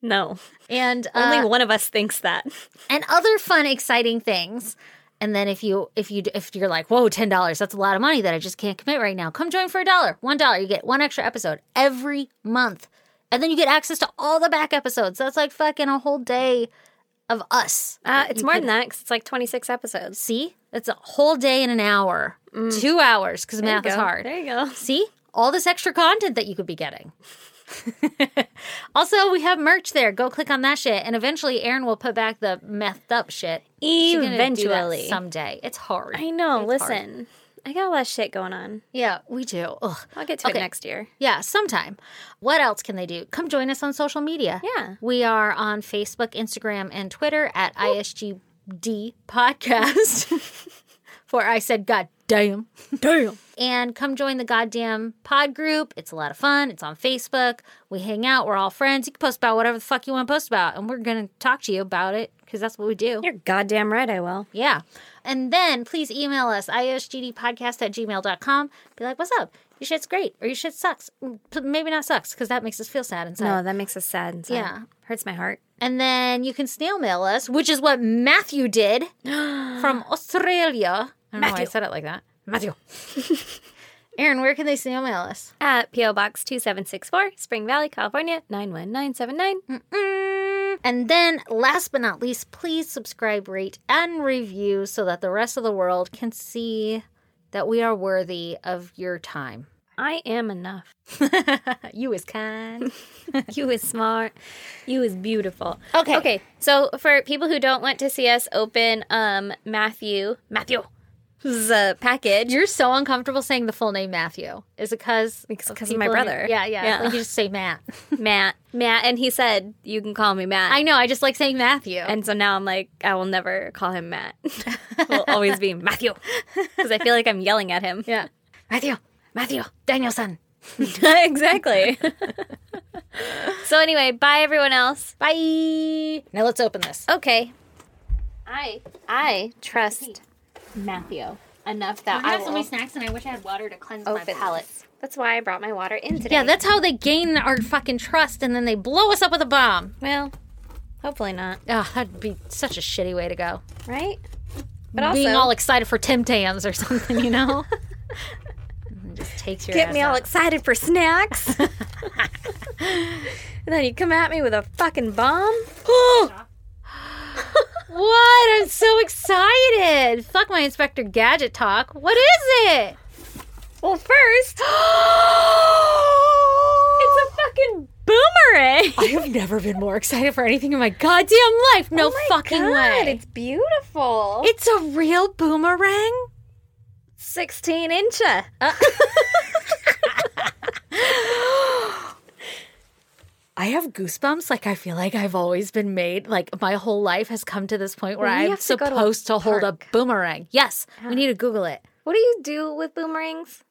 No. And uh, Only one of us thinks that. and other fun exciting things. And then if you if you if you're like, "Whoa, $10, that's a lot of money that I just can't commit right now." Come join for a dollar. $1, you get one extra episode every month. And then you get access to all the back episodes. That's like fucking a whole day of us. Uh, it's more than that 'cause it's like 26 episodes. See? That's a whole day and an hour. 2 hours cuz math Mm. There is you go. hard. There you go. See all this extra content that you could be getting. also, we have merch there. Go click on that shit, and eventually, Aaron will put back the methed up shit. She's gonna do that Eventually. someday. It's hard. I know. listen, I got a lot of shit going on. Yeah, we do. Ugh. I'll get to Okay. it next year. Yeah, sometime. What else can they do? Come join us on social media. Yeah. We are on Facebook, Instagram, and Twitter at ISGD Podcast. For I said, God damn. Damn. And come join the goddamn pod group. It's a lot of fun. It's on Facebook. We hang out. We're all friends. You can post about whatever the fuck you want to post about, and we're going to talk to you about it because that's what we do. You're goddamn right, I will. Yeah. And then please email us, isgdpodcast at gmail.com. Be like, what's up? your shit's great or your shit sucks. Mm, P- Maybe not sucks because that makes us feel sad and sad. No, that makes us sad and sad. Yeah. Hurts my heart. And then you can snail mail us, which is what Matthew did from Australia. I don't know why I Matthew. said it like that. Matthew. Aaron, where can they snail mail us? At P.O. Box 2764, Spring Valley, California, Mm. 91979. And then, last but not least, please subscribe, rate, and review so that the rest of the world can see that we are worthy of your time. I am enough. you is kind. You is smart. You is beautiful. Okay. Okay. So for people who don't want to see us open um Matthew Matthew's uh, package. You're so uncomfortable saying the full name Matthew. Is it because It's 'cause of my brother. yeah, yeah, Yeah. Like you just say Matt. Matt. Matt and he said you can call me Matt. I know. I just like saying Matthew. and so now I'm like, I will never call him Matt. will always be Matthew. Because I feel like I'm yelling at him. yeah, Matthew, Matthew Danielson. exactly. so anyway, bye everyone else. Bye. Now let's open this. Okay. I I trust Matthew enough that I, will snacks, and I wish I had water to cleanse open this. That's why I brought my water in today. Yeah, that's how they gain our fucking trust, and then they blow us up with a bomb. well, hopefully not, Oh, that'd be such a shitty way to go. right? But also Being all excited for Tim Tams or something, you know? And just takes your get ass me all out. excited for snacks. and then you come at me with a fucking bomb. What? I'm so excited. Fuck my Inspector Gadget talk. What is it? well, first, it's a fucking boomerang. I have never been more excited for anything in my goddamn life. No fucking God, way. It's beautiful. Oh It's a real boomerang? 16 incha. I have goosebumps. Like I feel like I've always been made. Like my whole life has come to this point where We I'm have to go to a supposed to, hold a park. boomerang. Yes, we need to Google it. what do you do with boomerangs?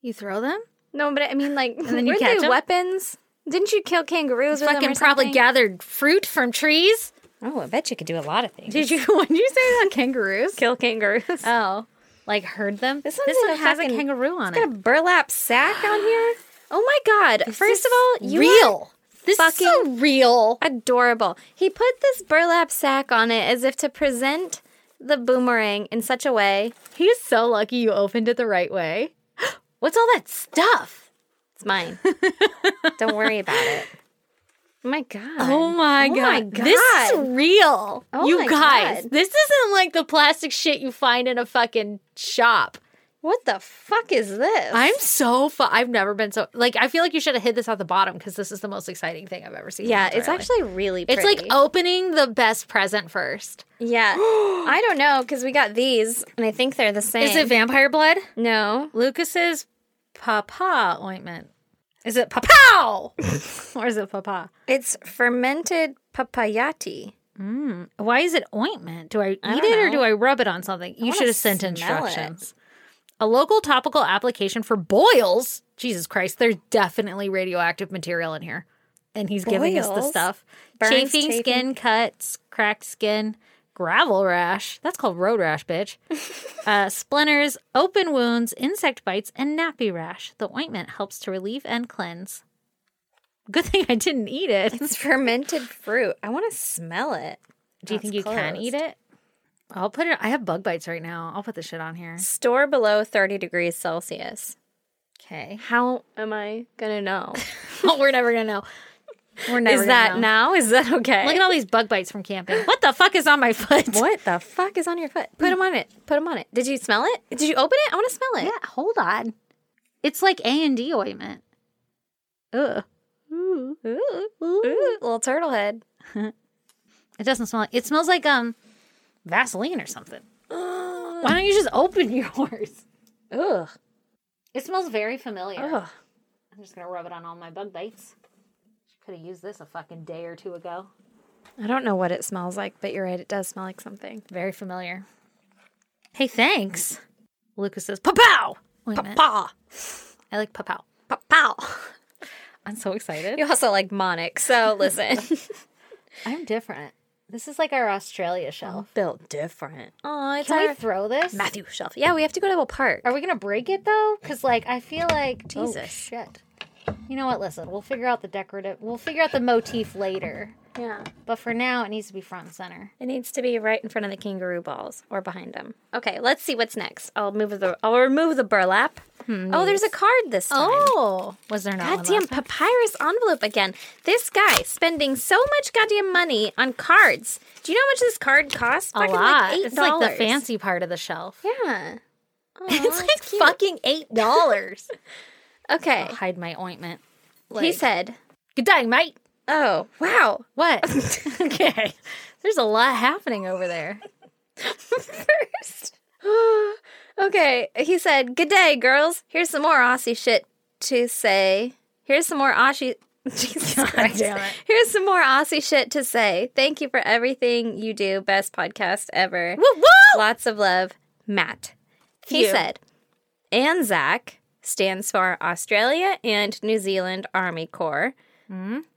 You throw them? No, but I mean, like, then you weren't catch they 'em? weapons? Didn't you kill kangaroos? With them Fucking or probably something? gathered fruit from trees. Oh, I bet you could do a lot of things. Did you? What did you say about kangaroos? kill kangaroos? Uh, Oh, like heard them. This This, one's one like a has a fucking- kangaroo on got it. a burlap sack on here. Oh my god! First of all, you are real. This is fucking- so real. adorable. He put this burlap sack on it as if to present the boomerang in such a way. He's so lucky you opened it the right way. What's all that stuff? It's mine. Don't worry about it. Oh my god! Oh my Oh god. my This is God. real. Oh you my guys, God. this isn't like the plastic shit you find in a fucking shop. What the fuck is this? I'm so fu- I've never been so like I feel like you should have hid this at the bottom because this is the most exciting thing I've ever seen. in my yeah, entire it's life. actually really. it's Pretty. like oh. opening the best present first. Yeah. I don't know because we got these and I think they're the same. Is it vampire blood? No. Lucas's papa ointment. Is it papow? or is it papa? It's fermented papayati. Why is it ointment? Do I eat it don't or know. do I rub it on something? You wanna should have sent smell instructions. A local topical application for boils. Jesus Christ, there's definitely radioactive material in here. And he's giving us the Boils? stuff. Burns, chafing, chafing. skin cuts, cracked skin, gravel rash. That's called road rash, bitch. uh, splinters, open wounds, insect bites, and nappy rash. The ointment helps to relieve and cleanse. Good thing I didn't eat it. It's fermented fruit. I want to smell it. Do you think you can eat it? I'll put it. I have bug bites right now. I'll put the shit on here. Store below 30 degrees Celsius. Okay. How am I going to know? We're never gonna know. We're never. is that gonna know. now? Is that okay? Look at all these bug bites from camping. What the fuck is on my foot? what the fuck is on your foot? Mm. Put them on it. Put them on it. Did you smell it? Did you open it? I want to smell it. Yeah, hold on. It's like A and D ointment. Ugh. Ooh, ooh, little turtle head. It doesn't smell. It smells like um Vaseline or something. Why don't you just open yours? Ugh. It smells very familiar. Ugh. I'm just gonna rub it on all my bug bites. Could have used this a fucking day or two ago. I don't know what it smells like, but you're right. It does smell like something. Very familiar. Hey, thanks. Lucas says, Papow! Papow. Bah. I like Papow. Pow. I'm so excited. You also like Monic, so listen. I'm different. This is like our Australia shelf. Built different. Oh, it's Can our we throw this? Matthew shelf. Yeah, we have to go to a park. Are we gonna break it though? Because like I feel like oh, Jesus. shit. You know what? Listen, we'll figure out the decorative. We'll figure out the motif later. Yeah. But for now, it needs to be front and center. It needs to be right in front of the kangaroo balls or behind them. Okay, let's see what's next. I'll move the I'll remove the burlap. oh, there's a card this time. Hmm, Oh, was there not? Goddamn papyrus envelope again. This guy spending so much goddamn money on cards. Do you know how much this card costs? a lot. it's like the fancy part of the shelf. Yeah. it's Aw, like fucking eight dollars. Okay. Hide my ointment. he Like, said, "Good day, mate." "Oh, wow. What? okay. There's a lot happening over there. first. okay, he said, "Good day, girls. Here's some more Aussie shit to say. Here's some more Aussie." Jesus Christ. damn it. Here's some more Aussie shit to say. Thank you for everything you do. Best podcast ever. Woo woo! Lots of love, Matt. He you. said, ANZAC stands for Australia and New Zealand Army Corps.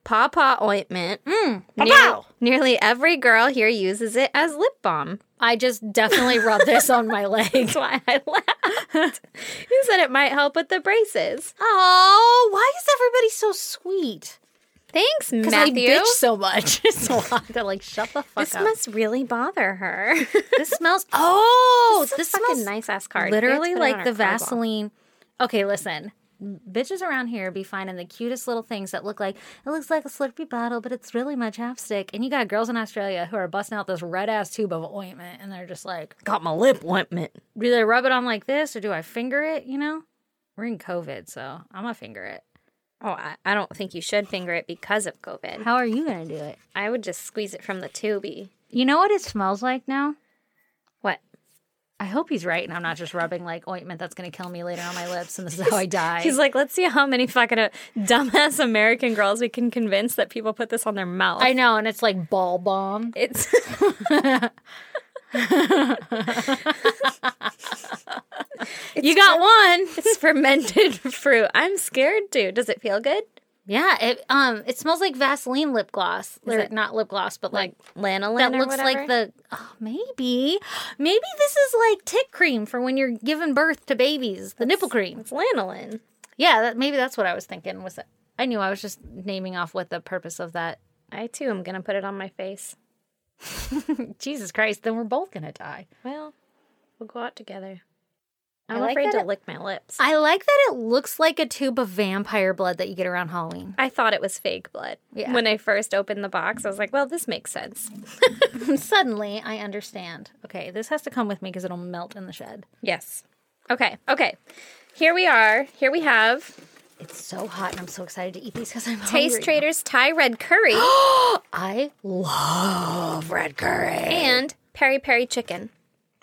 Pawpaw ointment. Near- Mm. Pawpaw! nearly every girl here uses it as lip balm. I just definitely rubbed this on my leg. That's why I laughed. he said it might help with the braces. Oh, why is everybody so sweet? Thanks, Because I Matthew. bitch so much. It's a lot. They're like, shut the fuck This up. must really bother her. this smells. Oh, this smells nice ass card. Literally It's like the been on our card wall. Vaseline. Okay, listen. Bitches around here be finding the cutest little things that look like it looks like a Slurpee bottle, but it's really my chapstick. And you got girls in Australia who are busting out this red ass tube of ointment, and they're just like, Got my lip ointment. do they rub it on like this, or do I finger it? You know, we're in COVID, so I'm gonna finger it. Oh, I, I don't think you should finger it because of COVID. How are you gonna do it? I would just squeeze it from the tubey. You know what it smells like now? What? I hope he's right, and I'm not just rubbing like ointment that's going to kill me later on my lips, and this is how I die. He's like, let's see how many fucking uh, dumbass American girls we can convince that people put this on their mouth. I know, and it's like ball bomb. it's you got one. it's fermented fruit. I'm scared too. Does it feel good? Yeah. It um, it smells like Vaseline lip gloss. Or it- not lip gloss, but like, lanolin. that or looks like whatever? the oh, maybe, maybe this is like tick cream for when you're giving birth to babies. The nipple cream. It's lanolin. Yeah, that, maybe that's what I was thinking. Was that, I knew I was just naming off what the purpose of that. I too am gonna put it on my face. Jesus Christ! Then we're both gonna die. Well, we'll go out together. I I'm like afraid that to it- lick my lips. I, I like that it looks like a tube of vampire blood that you get around Halloween. thought it was fake blood. Yeah. When I first opened the box, I was like, well, this makes sense. Suddenly, I understand. Okay, this has to come with me because it'll melt in the shed. Yes. Okay, okay. Here we are. Here we have It's so hot, and I'm so excited to eat these because I'm Taste hungry. Traders Thai Red Curry I love red curry. and Peri Peri Chicken.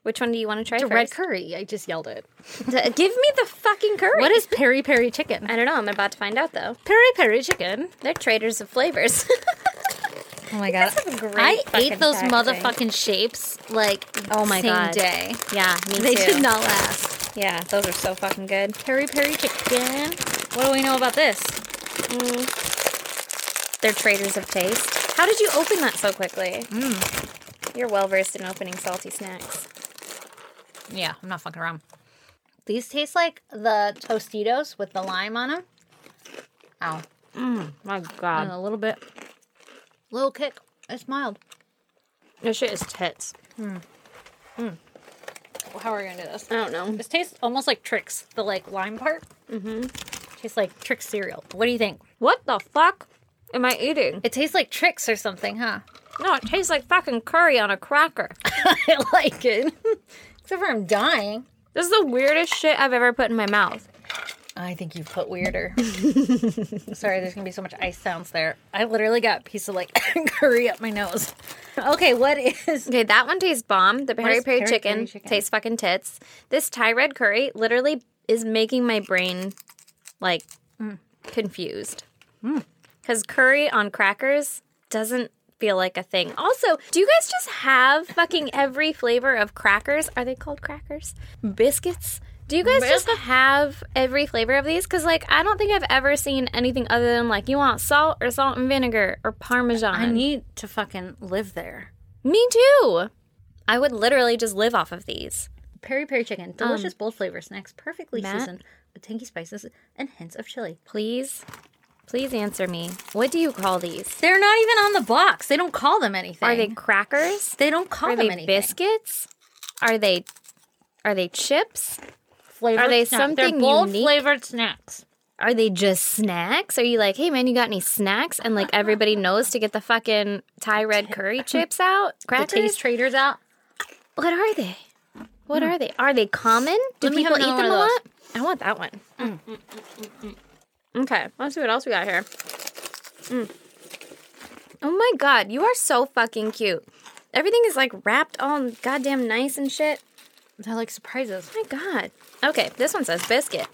Which one do you want to try The first? red curry. I just yelled it. D- Give me the fucking curry. What is peri peri chicken? I don't know. I'm about to find out though. Peri peri chicken. They're traders of flavors. Oh my god! great I fucking ate those packaging. motherfucking shapes like Oh my same God. day. yeah, me They too. did not last. Yeah, those are so fucking good. Peri peri chicken. What do we know about this? They're traders of taste. How did you open that so quickly? You're well versed in opening salty snacks. Yeah, I'm not fucking around. These taste like the Tostitos with the lime on them. Ow. My And God, a little bit. Little kick. It's mild. this shit is tits. How are we gonna do this? I don't know. This tastes almost like tricks. The like lime part. Mm-hmm. Tastes like Trix cereal. What do you think? What the fuck am I eating? It tastes like tricks or something, huh? No, it tastes like fucking curry on a cracker. I like it. Except for I'm dying. This is the weirdest shit I've ever put in my mouth. I think you've put weirder. Sorry, there's gonna be so much ice sounds there. I literally got a piece of like curry up my nose. Okay, what is Okay, that one tastes bomb. The peri is peri peri chicken, peri chicken? tastes fucking tits. This Thai red curry literally is making my brain like Mm. confused. Because curry on crackers doesn't feel like a thing. Also, do you guys just have fucking every flavor of crackers? Are they called crackers? Biscuits? Do you guys just have every flavor of these? Because, like, I don't think I've ever seen anything other than, like, you want salt or salt and vinegar or parmesan. I need to fucking live there. Me too. I would literally just live off of these. Peri peri chicken, delicious bold flavor snacks, perfectly Matt? seasoned with tangy spices and hints of chili. Please, please answer me. What do you call these? They're not even on the box. They don't call them anything. Are they crackers? They don't call Are them they anything. biscuits? Are they are they chips? Flavored Are they snacks. something They're bold unique? flavored snacks. Are they just snacks? Are you like, hey man, you got any snacks? And like everybody knows to get the fucking Thai red curry chips out. The Crackers. taste traders out. What are they? What are they? Are they common? Do Hmm. Let me have people eat them another Mm. one of a lot? I want that one. Mm. Okay, let's see what else we got here. Mm. Oh my god, you are so fucking cute. Everything is like wrapped all goddamn nice and shit. They're like surprises. My god. Okay, this one says biscuit.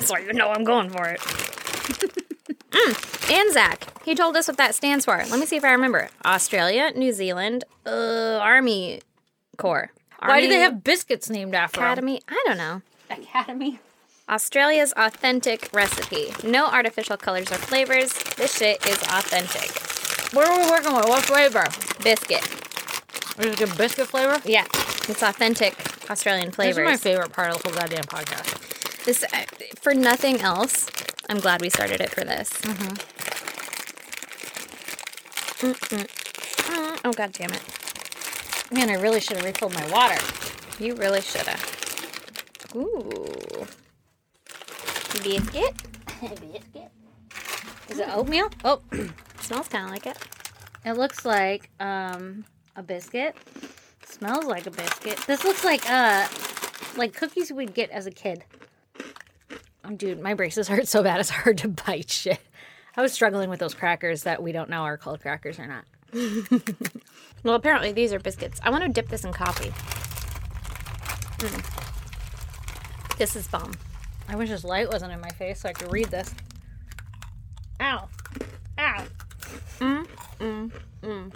so you know I'm going for it. mm. Anzac. He told us what that stands for. Let me see if I remember it. Australia, New Zealand, uh, Army Corps. Why do they Army- have biscuits named after 'em? Academy. I don't know. Academy. Australia's authentic recipe. No artificial colors or flavors. This shit is authentic. What are we working with? What flavor? Biscuit. Is it a biscuit flavor? Yeah, it's authentic Australian This is flavors. my favorite part of the whole goddamn podcast. This I- for nothing else. I'm glad we started it for this. Mm-hmm. Mm-mm. Mm, Oh god damn it! Man, I really should have refilled my water. You really shoulda. Ooh. Biscuit Is it oatmeal? Oh, smells kind of like it. it looks like um a biscuit. Smells like a biscuit. This looks like uh like cookies we'd get as a kid. Oh, dude, my braces hurt so bad it's hard to bite shit. I was struggling with those crackers that we don't know are called crackers or not. Well, apparently these are biscuits. I want to dip this in coffee. Mm. This is bomb. I wish this light wasn't in my face so I could read this. Ow. Ow. Mm, Who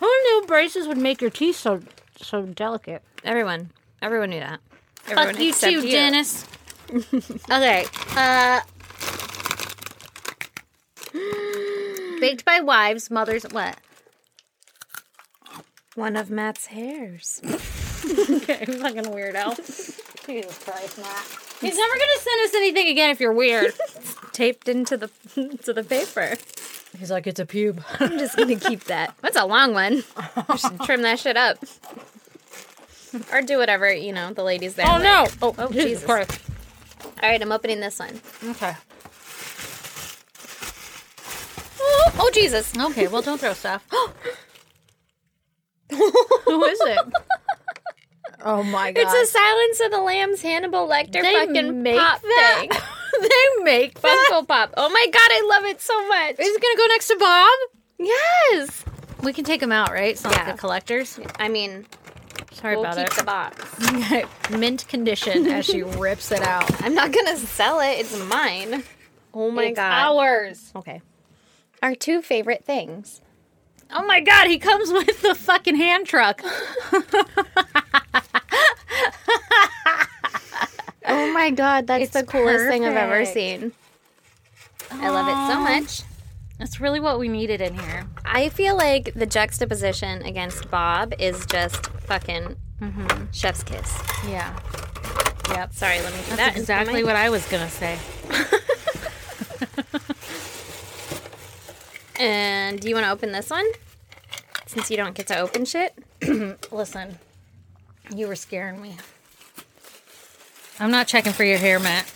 knew braces would make your teeth so so delicate? Everyone, everyone knew that. Everyone Fuck you except too, Dennis. okay. Uh Baked by wives, mothers, what? One of Matt's hairs. Okay, fucking weirdo. Jesus Christ, Matt. He's never gonna send us anything again if you're weird. Taped into the to the paper. He's like, it's a pube. I'm just gonna keep that. That's a long one. You should trim that shit up. Or do whatever, you know, the ladies there. oh like. no! Oh, Oh, Jesus, Jesus. Christ. Alright, I'm opening this one. Okay. Oh, oh Jesus. Okay, well, don't throw stuff. Who is it? Oh my god! It's a Silence of the Lambs Hannibal Lecter They fucking make pop that? thing. they make that. Funko Pop. Oh my god, I love it so much. Is it gonna go next to Bob? yes. We can take him out, right? It's not Yeah. like the collectors. I mean, Sorry we'll about keep it. the box. Okay. Mint condition as she rips it out. I'm not gonna sell it. It's mine. Oh my It's god. Ours. okay. Our two favorite things. Oh my god, he comes with the fucking hand truck. Oh my god, that's the coolest thing I've ever seen. I love it so Aw. much. That's really what we needed in here. I feel like the juxtaposition against Bob is just fucking chef's kiss. Yeah. Yep. Sorry, let me do That's that. exactly what I was gonna say. And do you want to open this one? Since you don't get to open shit. Listen, you were scaring me. I'm not checking for your hair, Matt.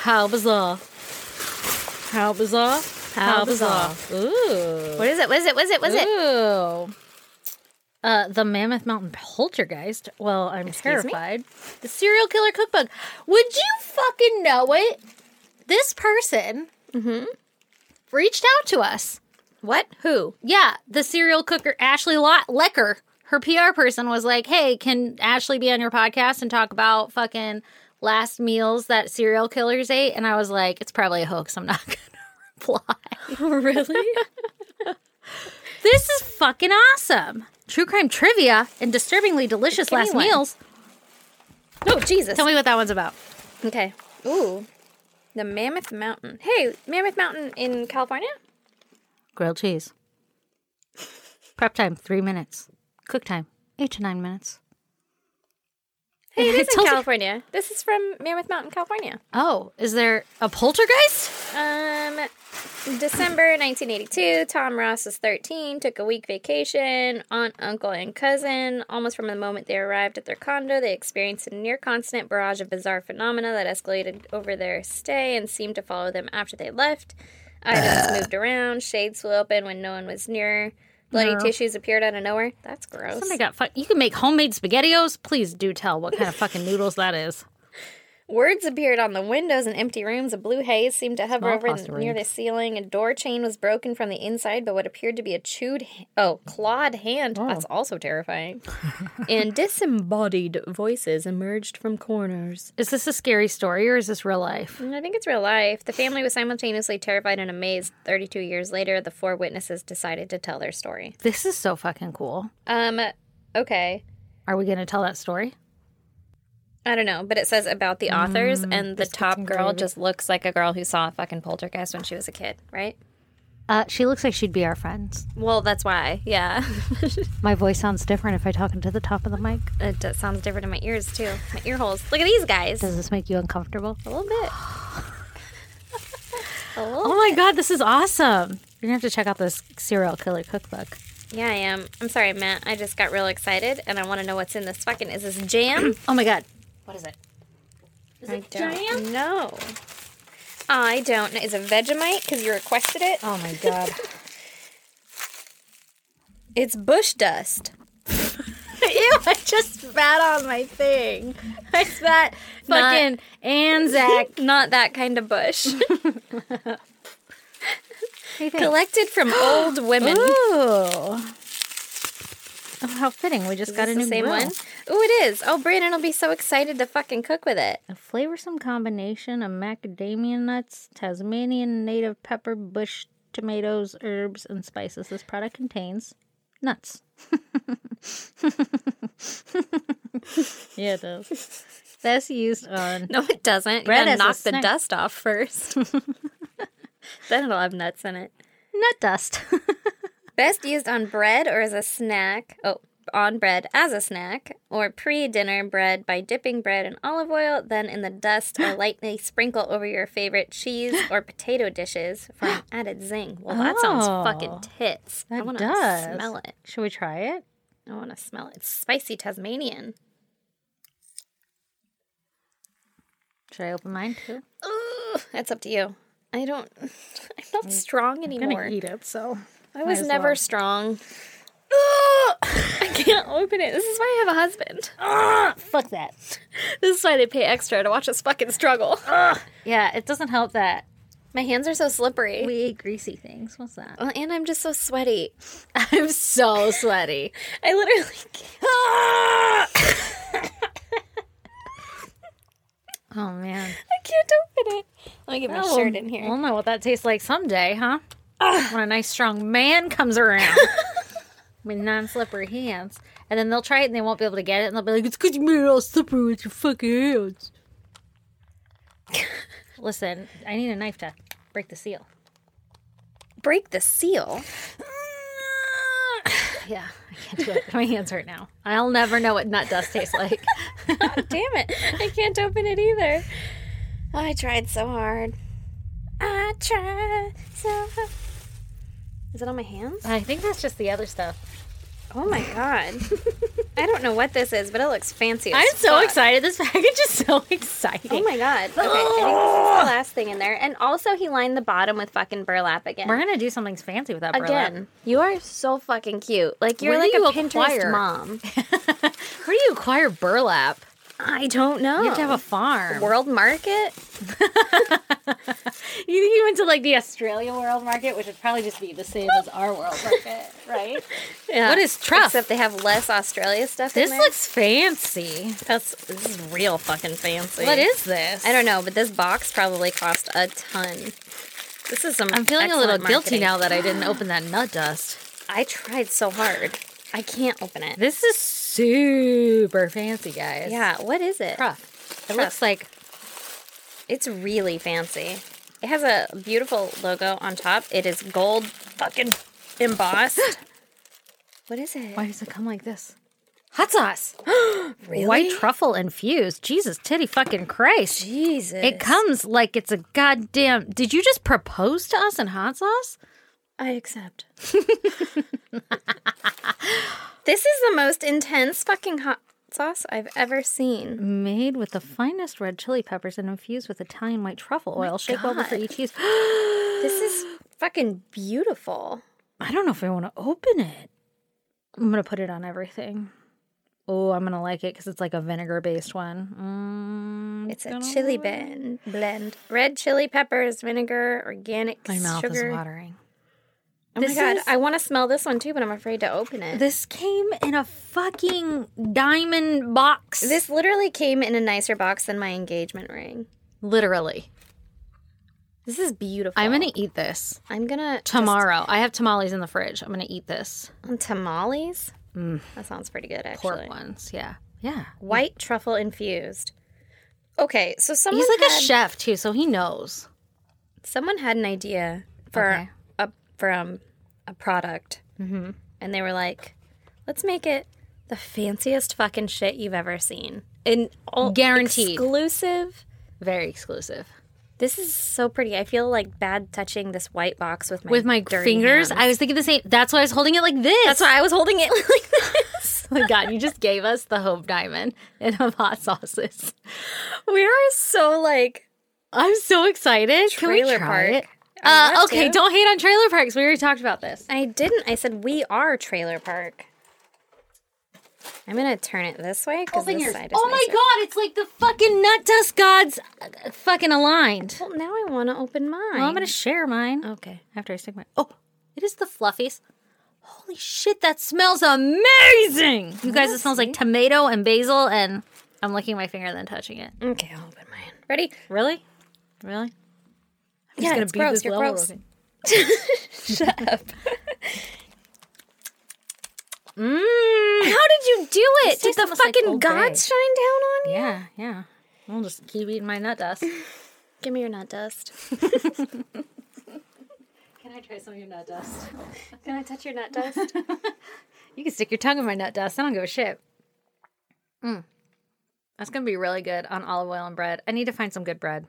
How bizarre. How bizarre. How, How bizarre. Ooh. What is it? What is it? What is it? What is it? Ooh. Uh, the Mammoth Mountain Poltergeist. Well, I'm Excuse me? terrified. The Serial Killer Cookbook. Would you fucking know it? This person Mm-hmm. reached out to us. What? Who? Yeah, the serial cooker Ashley Lot- Lecker, her PR person was like, "Hey, can Ashley be on your podcast and talk about fucking last meals that serial killers ate?" And I was like, "It's probably a hoax. I'm not going to reply." Oh, really? this is fucking awesome. True crime trivia and disturbingly delicious Give me last one. meals. Oh Jesus. Tell me what that one's about. Okay. Ooh. The Mammoth Mountain. Hey, Mammoth Mountain in California? Grilled cheese. Prep time, three minutes. Cook time, eight to nine minutes. Hey, it It is in tells you- California. This is from Mammoth Mountain, California. Oh, is there a poltergeist? Um, December 1982, Tom Ross is 13, took a week vacation. Aunt, uncle, and cousin, almost from the moment they arrived at their condo, they experienced a near constant barrage of bizarre phenomena that escalated over their stay and seemed to follow them after they left. Items moved around, shades flew open when no one was near. Bloody tissues appeared out of nowhere. That's gross. Somebody got fu- You can make homemade spaghettios. Please do tell what kind of fucking noodles that is. Words appeared on the windows in empty rooms. A blue haze seemed to hover over Smallpox the, near the ceiling. A door chain was broken from the inside by what appeared to be a chewed, h- oh, clawed hand. That's also terrifying. and disembodied voices emerged from corners. Is this a scary story or is this real life? And Mm, I think it's real life. The family was simultaneously terrified and amazed. 32 years later, the four witnesses decided to tell their story. This is so fucking cool. Um, okay. Are we going to tell that story? I don't know, but it says about the authors, and the top girl just looks like a girl who saw a fucking poltergeist when she was a kid, right? Uh, she looks like she'd be our friends. Well, that's why. Yeah. My voice sounds different if I talk into the top of the mic. it d- sounds different in my ears, too. My ear holes. Look at these guys. Does this make you uncomfortable? A little bit. a little? Oh my god, this is awesome. You're gonna have to check out this serial killer cookbook. Yeah, I am. I'm sorry, Matt. I just got real excited, and I want to know what's in this fucking. Is this jam? Oh my god. What is it? Is it jam? No. I don't know. Is it Vegemite? Because you requested it. Oh my god. It's bush dust. Ew, I just spat on my thing. I spat fucking Anzac. Not that kind of bush. Hey, thanks. Collected from old women. Ooh. Oh, how fitting. We just got a Is new this the same grill. one. Oh, it is. Oh, Brandon will be so excited to fucking cook with it. A flavorsome combination of macadamia nuts, Tasmanian native pepper, bush tomatoes, herbs, and spices. This product contains nuts. yeah, it does. That's used on. No, it doesn't. Bread you as a gotta knock the snack. dust off first. then it'll have nuts in it. Nut dust. Best used on bread or as a snack. Oh, on bread as a snack or pre-dinner bread by dipping bread in olive oil, then in the dust or lightly sprinkle over your favorite cheese or potato dishes for an added zing. Well, that sounds Oh, fucking tits. I that want to does. smell it. Should we try it? I want to smell it. It's spicy Tasmanian. Should I open mine too? Ugh, that's up to you. I don't. I'm not strong anymore. Mm. eat it, so. I was Might as never well. strong. Ugh, I can't open it. This is why I have a husband. Ah, Fuck that. This is why they pay extra to watch us fucking struggle. Yeah, it doesn't help that My hands are so slippery. we ate greasy things. What's that? Well, and I'm just so sweaty. I'm so sweaty. I literally can't. Oh man. I can't open it. Let me get my Oh, shirt in here. We'll know what that tastes like someday, huh? when a nice strong man comes around with non slippery hands. And then they'll try it and they won't be able to get it. And they'll be like, it's because you made it all slippery with your fucking hands. Listen, I need a knife to break the seal. Break the seal. Yeah, I can't do it. My hands hurt now. I'll never know what nut dust tastes like. Damn it. I can't open it either. Oh, I tried so hard. I tried so hard. Is it on my hands? I think that's just the other stuff. Oh my god. I don't know what this is, but it looks fancy. as I'm so fuck. excited. This package is so exciting. Oh my god. Okay, I think this is Ah! the last thing in there. And also, he lined the bottom with fucking burlap again. We're gonna do something fancy with that burlap. Again, you are so fucking cute. Like you're Where like do a you Pinterest acquire? mom. Where do you acquire burlap? I don't know. You have to have a farm. world market. You think you went to like the Australia world market, which would probably just be the same as our world market, right? Yeah. What is truff? Except they have less Australia stuff. This in there. looks fancy. That's this is real fucking fancy. What is this? I don't know, but this box probably cost a ton. This is some. I'm feeling a little excellent guilty marketing. now that I didn't open that nut dust. I tried so hard. I can't open it. This is super fancy, guys. Yeah, what is it? Truff. It Truff. looks like It's really fancy. It has a beautiful logo on top. It is gold fucking embossed. What is it? Why does it come like this? Hot sauce. Really? White truffle infused. Jesus, titty fucking Christ. Jesus. It comes like it's a goddamn. Did you just propose to us in hot sauce? I accept. this is the most intense fucking hot sauce I've ever seen. Made with the finest red chili peppers and infused with Italian white truffle Oh oil. Shake well before you use. This is fucking beautiful. I don't know if I want to open it. I'm gonna put it on everything. Oh, I'm gonna like it because it's like a vinegar based one. Mm, It's a gonna chili love it. blend. Blend red chili peppers, vinegar, organic My mouth sugar. is watering. Oh my This god, is- I want to smell this one too, but I'm afraid to open it. This, This came in a fucking diamond box. literally came in a nicer box than my engagement ring. literally. This is beautiful. I'm gonna eat this I'm gonna just- tomorrow. I have tamales in the fridge. I'm gonna eat this. tamales. That sounds pretty good, actually. Mm. Pork ones. Yeah. Yeah. White truffle infused. Okay, so someone He's like a had, chef too, so he knows. someone had an idea for Okay. Mm-hmm. a from a product, and they were like, "Let's make it the fanciest fucking shit you've ever seen." And all Guaranteed. exclusive. Very exclusive. This is so pretty. I feel like bad touching this white box with my With my dirty fingers, hands. I was thinking the same. That's why I was holding it like this. That's why I was holding it like this. Oh my God, you just gave us the Hope Diamond and of hot sauces. we are so like I'm so excited. Can we Trailer try park. it? I Uh, want okay, to. don't hate on trailer parks. We already talked about this. I didn't. I said we are trailer park. I'm gonna turn it this way because this side is Oh my nicer. god, it's like the fucking nut dust gods uh, fucking aligned. Well, now I want to open mine. Well, I'm gonna share mine okay. oh, after I stick my. Oh, it is the fluffies. Holy shit, that smells amazing! You guys, it smells like tomato and basil, and I'm licking my finger and then touching it. Okay, I'll open mine. Ready? Really? Really? I'm Yeah, it's gross. You're level gross. real quick. How did you do it? Did tastes the almost like fucking Old Bay. gods shine down on you? Yeah, yeah. I'll just keep eating my nut dust. Give me your nut dust. Can I try some of your nut dust? Can I touch your nut dust? You can stick your tongue in my nut dust. I don't give a shit. Mm. That's gonna be really good on olive oil and bread. I need to find some good bread.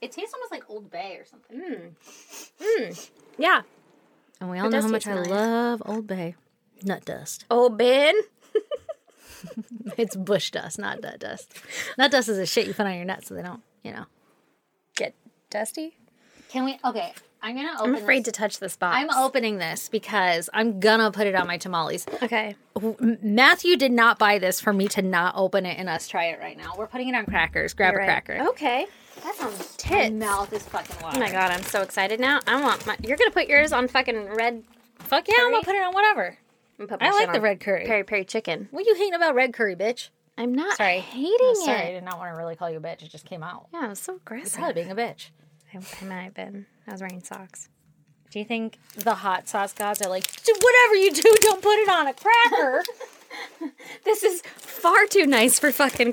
It tastes almost like Old Bay or something. yeah. Mm. And we all know does how much I taste nice. love Old Bay. Nut dust. Oh, Ben. It's bush dust, not nut dust. Nut dust is a shit you put on your nuts so they don't, you know. Get dusty. Can we? Okay, I'm gonna I'm open. afraid to touch this box. I'm opening this because I'm gonna put it on my tamales. okay. Matthew did not buy this for me to not open it and us try it right now. We're putting it on crackers. Grab a Right. cracker. Okay. that sounds tits. My Oh, mouth is fucking Oh watering. my god, I'm so excited now. I want my. You're gonna put yours on fucking red. Fuck yeah, I'm gonna put it on whatever. and put my I shit like the on red curry. peri peri chicken. Oh, What you hating about red curry, bitch? I'm not Sorry, hating No, sorry, I it. did not want to really call you a bitch. It just came out. Yeah, I'm so aggressive. Probably being a bitch. I, I might have been. I was wearing socks. Do you think the hot sauce gods are like, "Do whatever you do, don't put it on a cracker? This is far too nice for fucking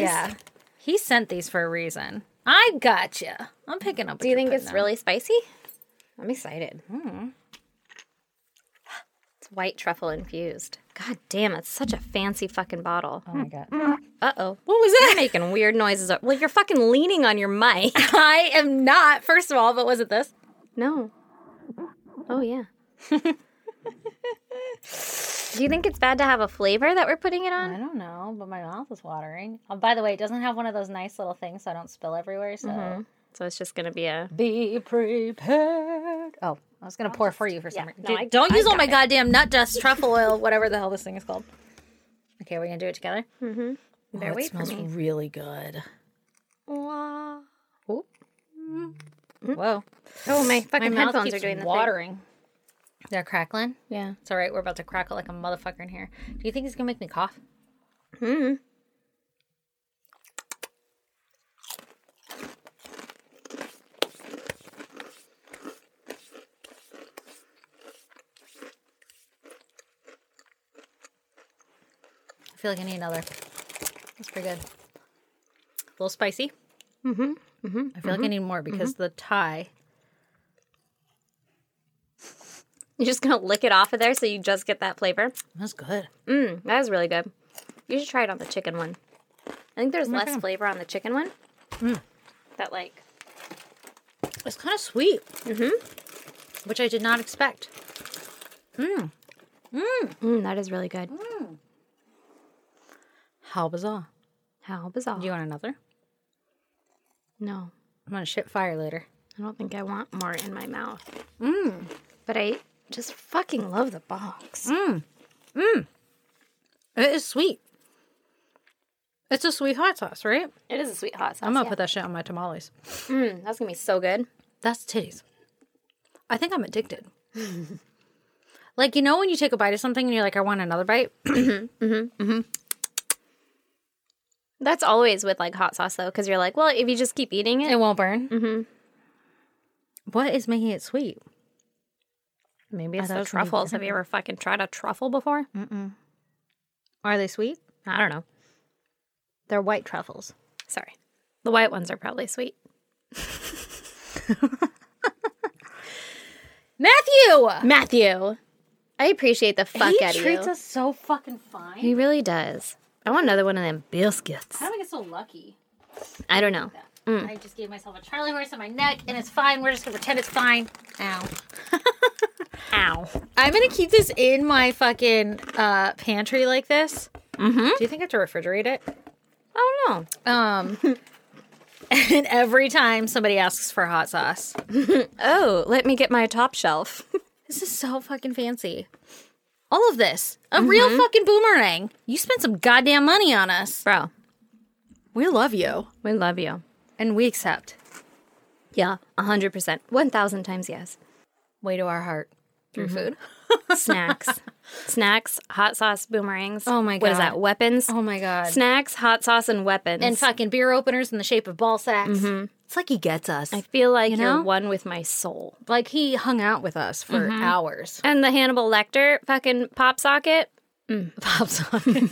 yeah. He sent these for a reason. I gotcha. I'm picking up. Do you think it's really spicy? I'm excited. Mm. It's white truffle infused. God damn, it's such a fancy fucking bottle. Oh my god. Uh oh. What was that? You're making weird noises. Uh, Well, you're fucking leaning on your mic. I am not. First of all, but was it this? No. Oh yeah. Do you think it's bad to have a flavor that we're putting it on? I don't know, but my mouth is watering. Oh, by the way, it doesn't have one of those nice little things, so I don't spill everywhere. So So it's just gonna be a be prepared. Oh, I was gonna pour for you for some reason. no, I- Dude, don't I use all got my it. goddamn nut dust, truffle oil, whatever the hell this thing is called. Okay, we're gonna do it together. Mm-hmm. Bear it wait for smells me. really good. Oop. Mm. Whoa, Oh my my fucking mouth headphones keeps are doing the watering. They're crackling. thing. Yeah. It's all right. We're about to crackle like a motherfucker in here. Do you think it's gonna make me cough? Hmm. I feel like I need another. That's pretty good. A little spicy. Mm-hmm. I feel like I need more because the Thai You're just gonna lick it off of there so you just get that flavor. That's good. Mm, that was really good. You should try it on the chicken one. I think there's less flavor on the chicken one. Mm. That like It's kind of sweet. Mm-hmm. Which I did not expect. mm, that is really good. How bizarre. How bizarre. Do you want another? no, I'm gonna shit fire later. I don't think I want more in my mouth. Mm. But I just fucking love the box. It is sweet. It's a sweet hot sauce, right? It is a sweet hot sauce. I'm gonna yeah. put that shit on my tamales. Mm, that's gonna be so good. That's titties. I think I'm addicted. like you know when you take a bite of something and you're like, I want another bite. That's always with like hot sauce though, because you're like, well, if you just keep eating it, It won't burn. Mm-hmm. is making it sweet? Maybe it's So the truffles. Have you ever fucking tried a truffle before? Are they sweet? I don't know. They're white truffles. Sorry. The white ones are probably sweet. Matthew, Matthew, I appreciate the fuck he out of treats you. us so fucking fine. He really does. I want another one of them biscuits. How do I get so lucky? I don't know. I just gave myself a Charlie horse on my neck, and it's fine. We're just gonna pretend it's fine. Ow. Ow. I'm gonna keep this in my fucking uh, pantry like this. Mm-hmm. Do you think I have to refrigerate it? I don't know. Um, and every time somebody asks for hot sauce, Oh, let me get my top shelf. this is so fucking fancy. Mm-hmm. All of this, a real fucking boomerang. You spent some goddamn money on us. Bro, We love you, we love you. and we accept. Yeah, 100%. 1,000 times yes. Way to our heart through food. Snacks. Snacks, hot sauce, boomerangs. Oh my What is God. that? Weapons? Oh my god. Snacks, hot sauce, and weapons. and fucking beer openers in the shape of ball sacks. It's Mm-hmm. like he gets us. I feel like You you know? are one with my soul. like he hung out with us for hours. And the Hannibal Lecter fucking pop socket. Pop socket.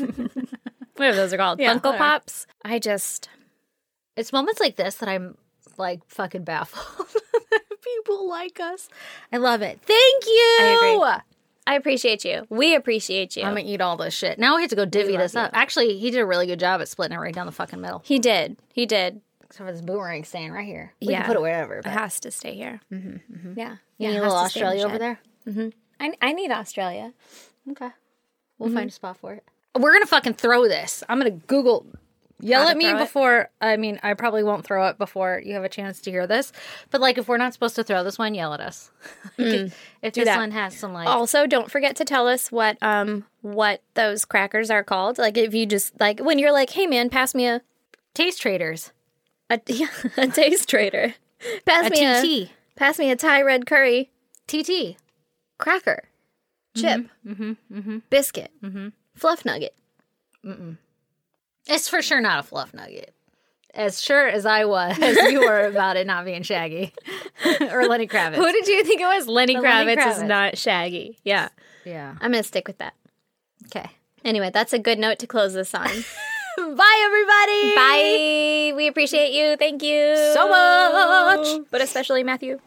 Whatever those are called. Yeah, Funko whatever. Pops. I just it's moments like this that I'm like fucking baffled. People like us. I love it. Thank you. I I appreciate you. We appreciate you. am gonna eat all this shit. Now we have to go divvy love this up. Actually, he did a really good job at splitting it right down the fucking middle. he did. He did. Except for this boomerang stand right here. We Yeah. can put it wherever. It But has to stay here. Mm-hmm, Yeah. you yeah. need it a little has to stay in the Australia over shed. there. I, I need Australia. Okay. We'll find a spot for it. Mm-hmm. We're gonna fucking throw this. I'm gonna Google. Yell Gotta at me throw it? before. I mean, I probably won't throw it before you have a chance to hear this. But like, if we're not supposed to throw this one, yell at us. if this that. one has some like, Also, don't forget to tell us what um what those crackers are called. Like if you just like when you're like, hey man, pass me a taste traders, a, yeah, a taste trader. Pass a me a TT, pass me a Thai red curry TT, cracker, chip, mm-hmm, biscuit, fluff nugget. it's for sure not a fluff nugget. As sure as I was, you were about it not being Shaggy or Lenny Kravitz. Who did you think it was? Lenny, The Kravitz, Lenny is Kravitz. not Shaggy. Yeah. yeah. I'm going to stick with that. Okay. Anyway, that's a good note to close this on. Bye, everybody. Bye. We appreciate you. Thank you So much. But especially Matthew.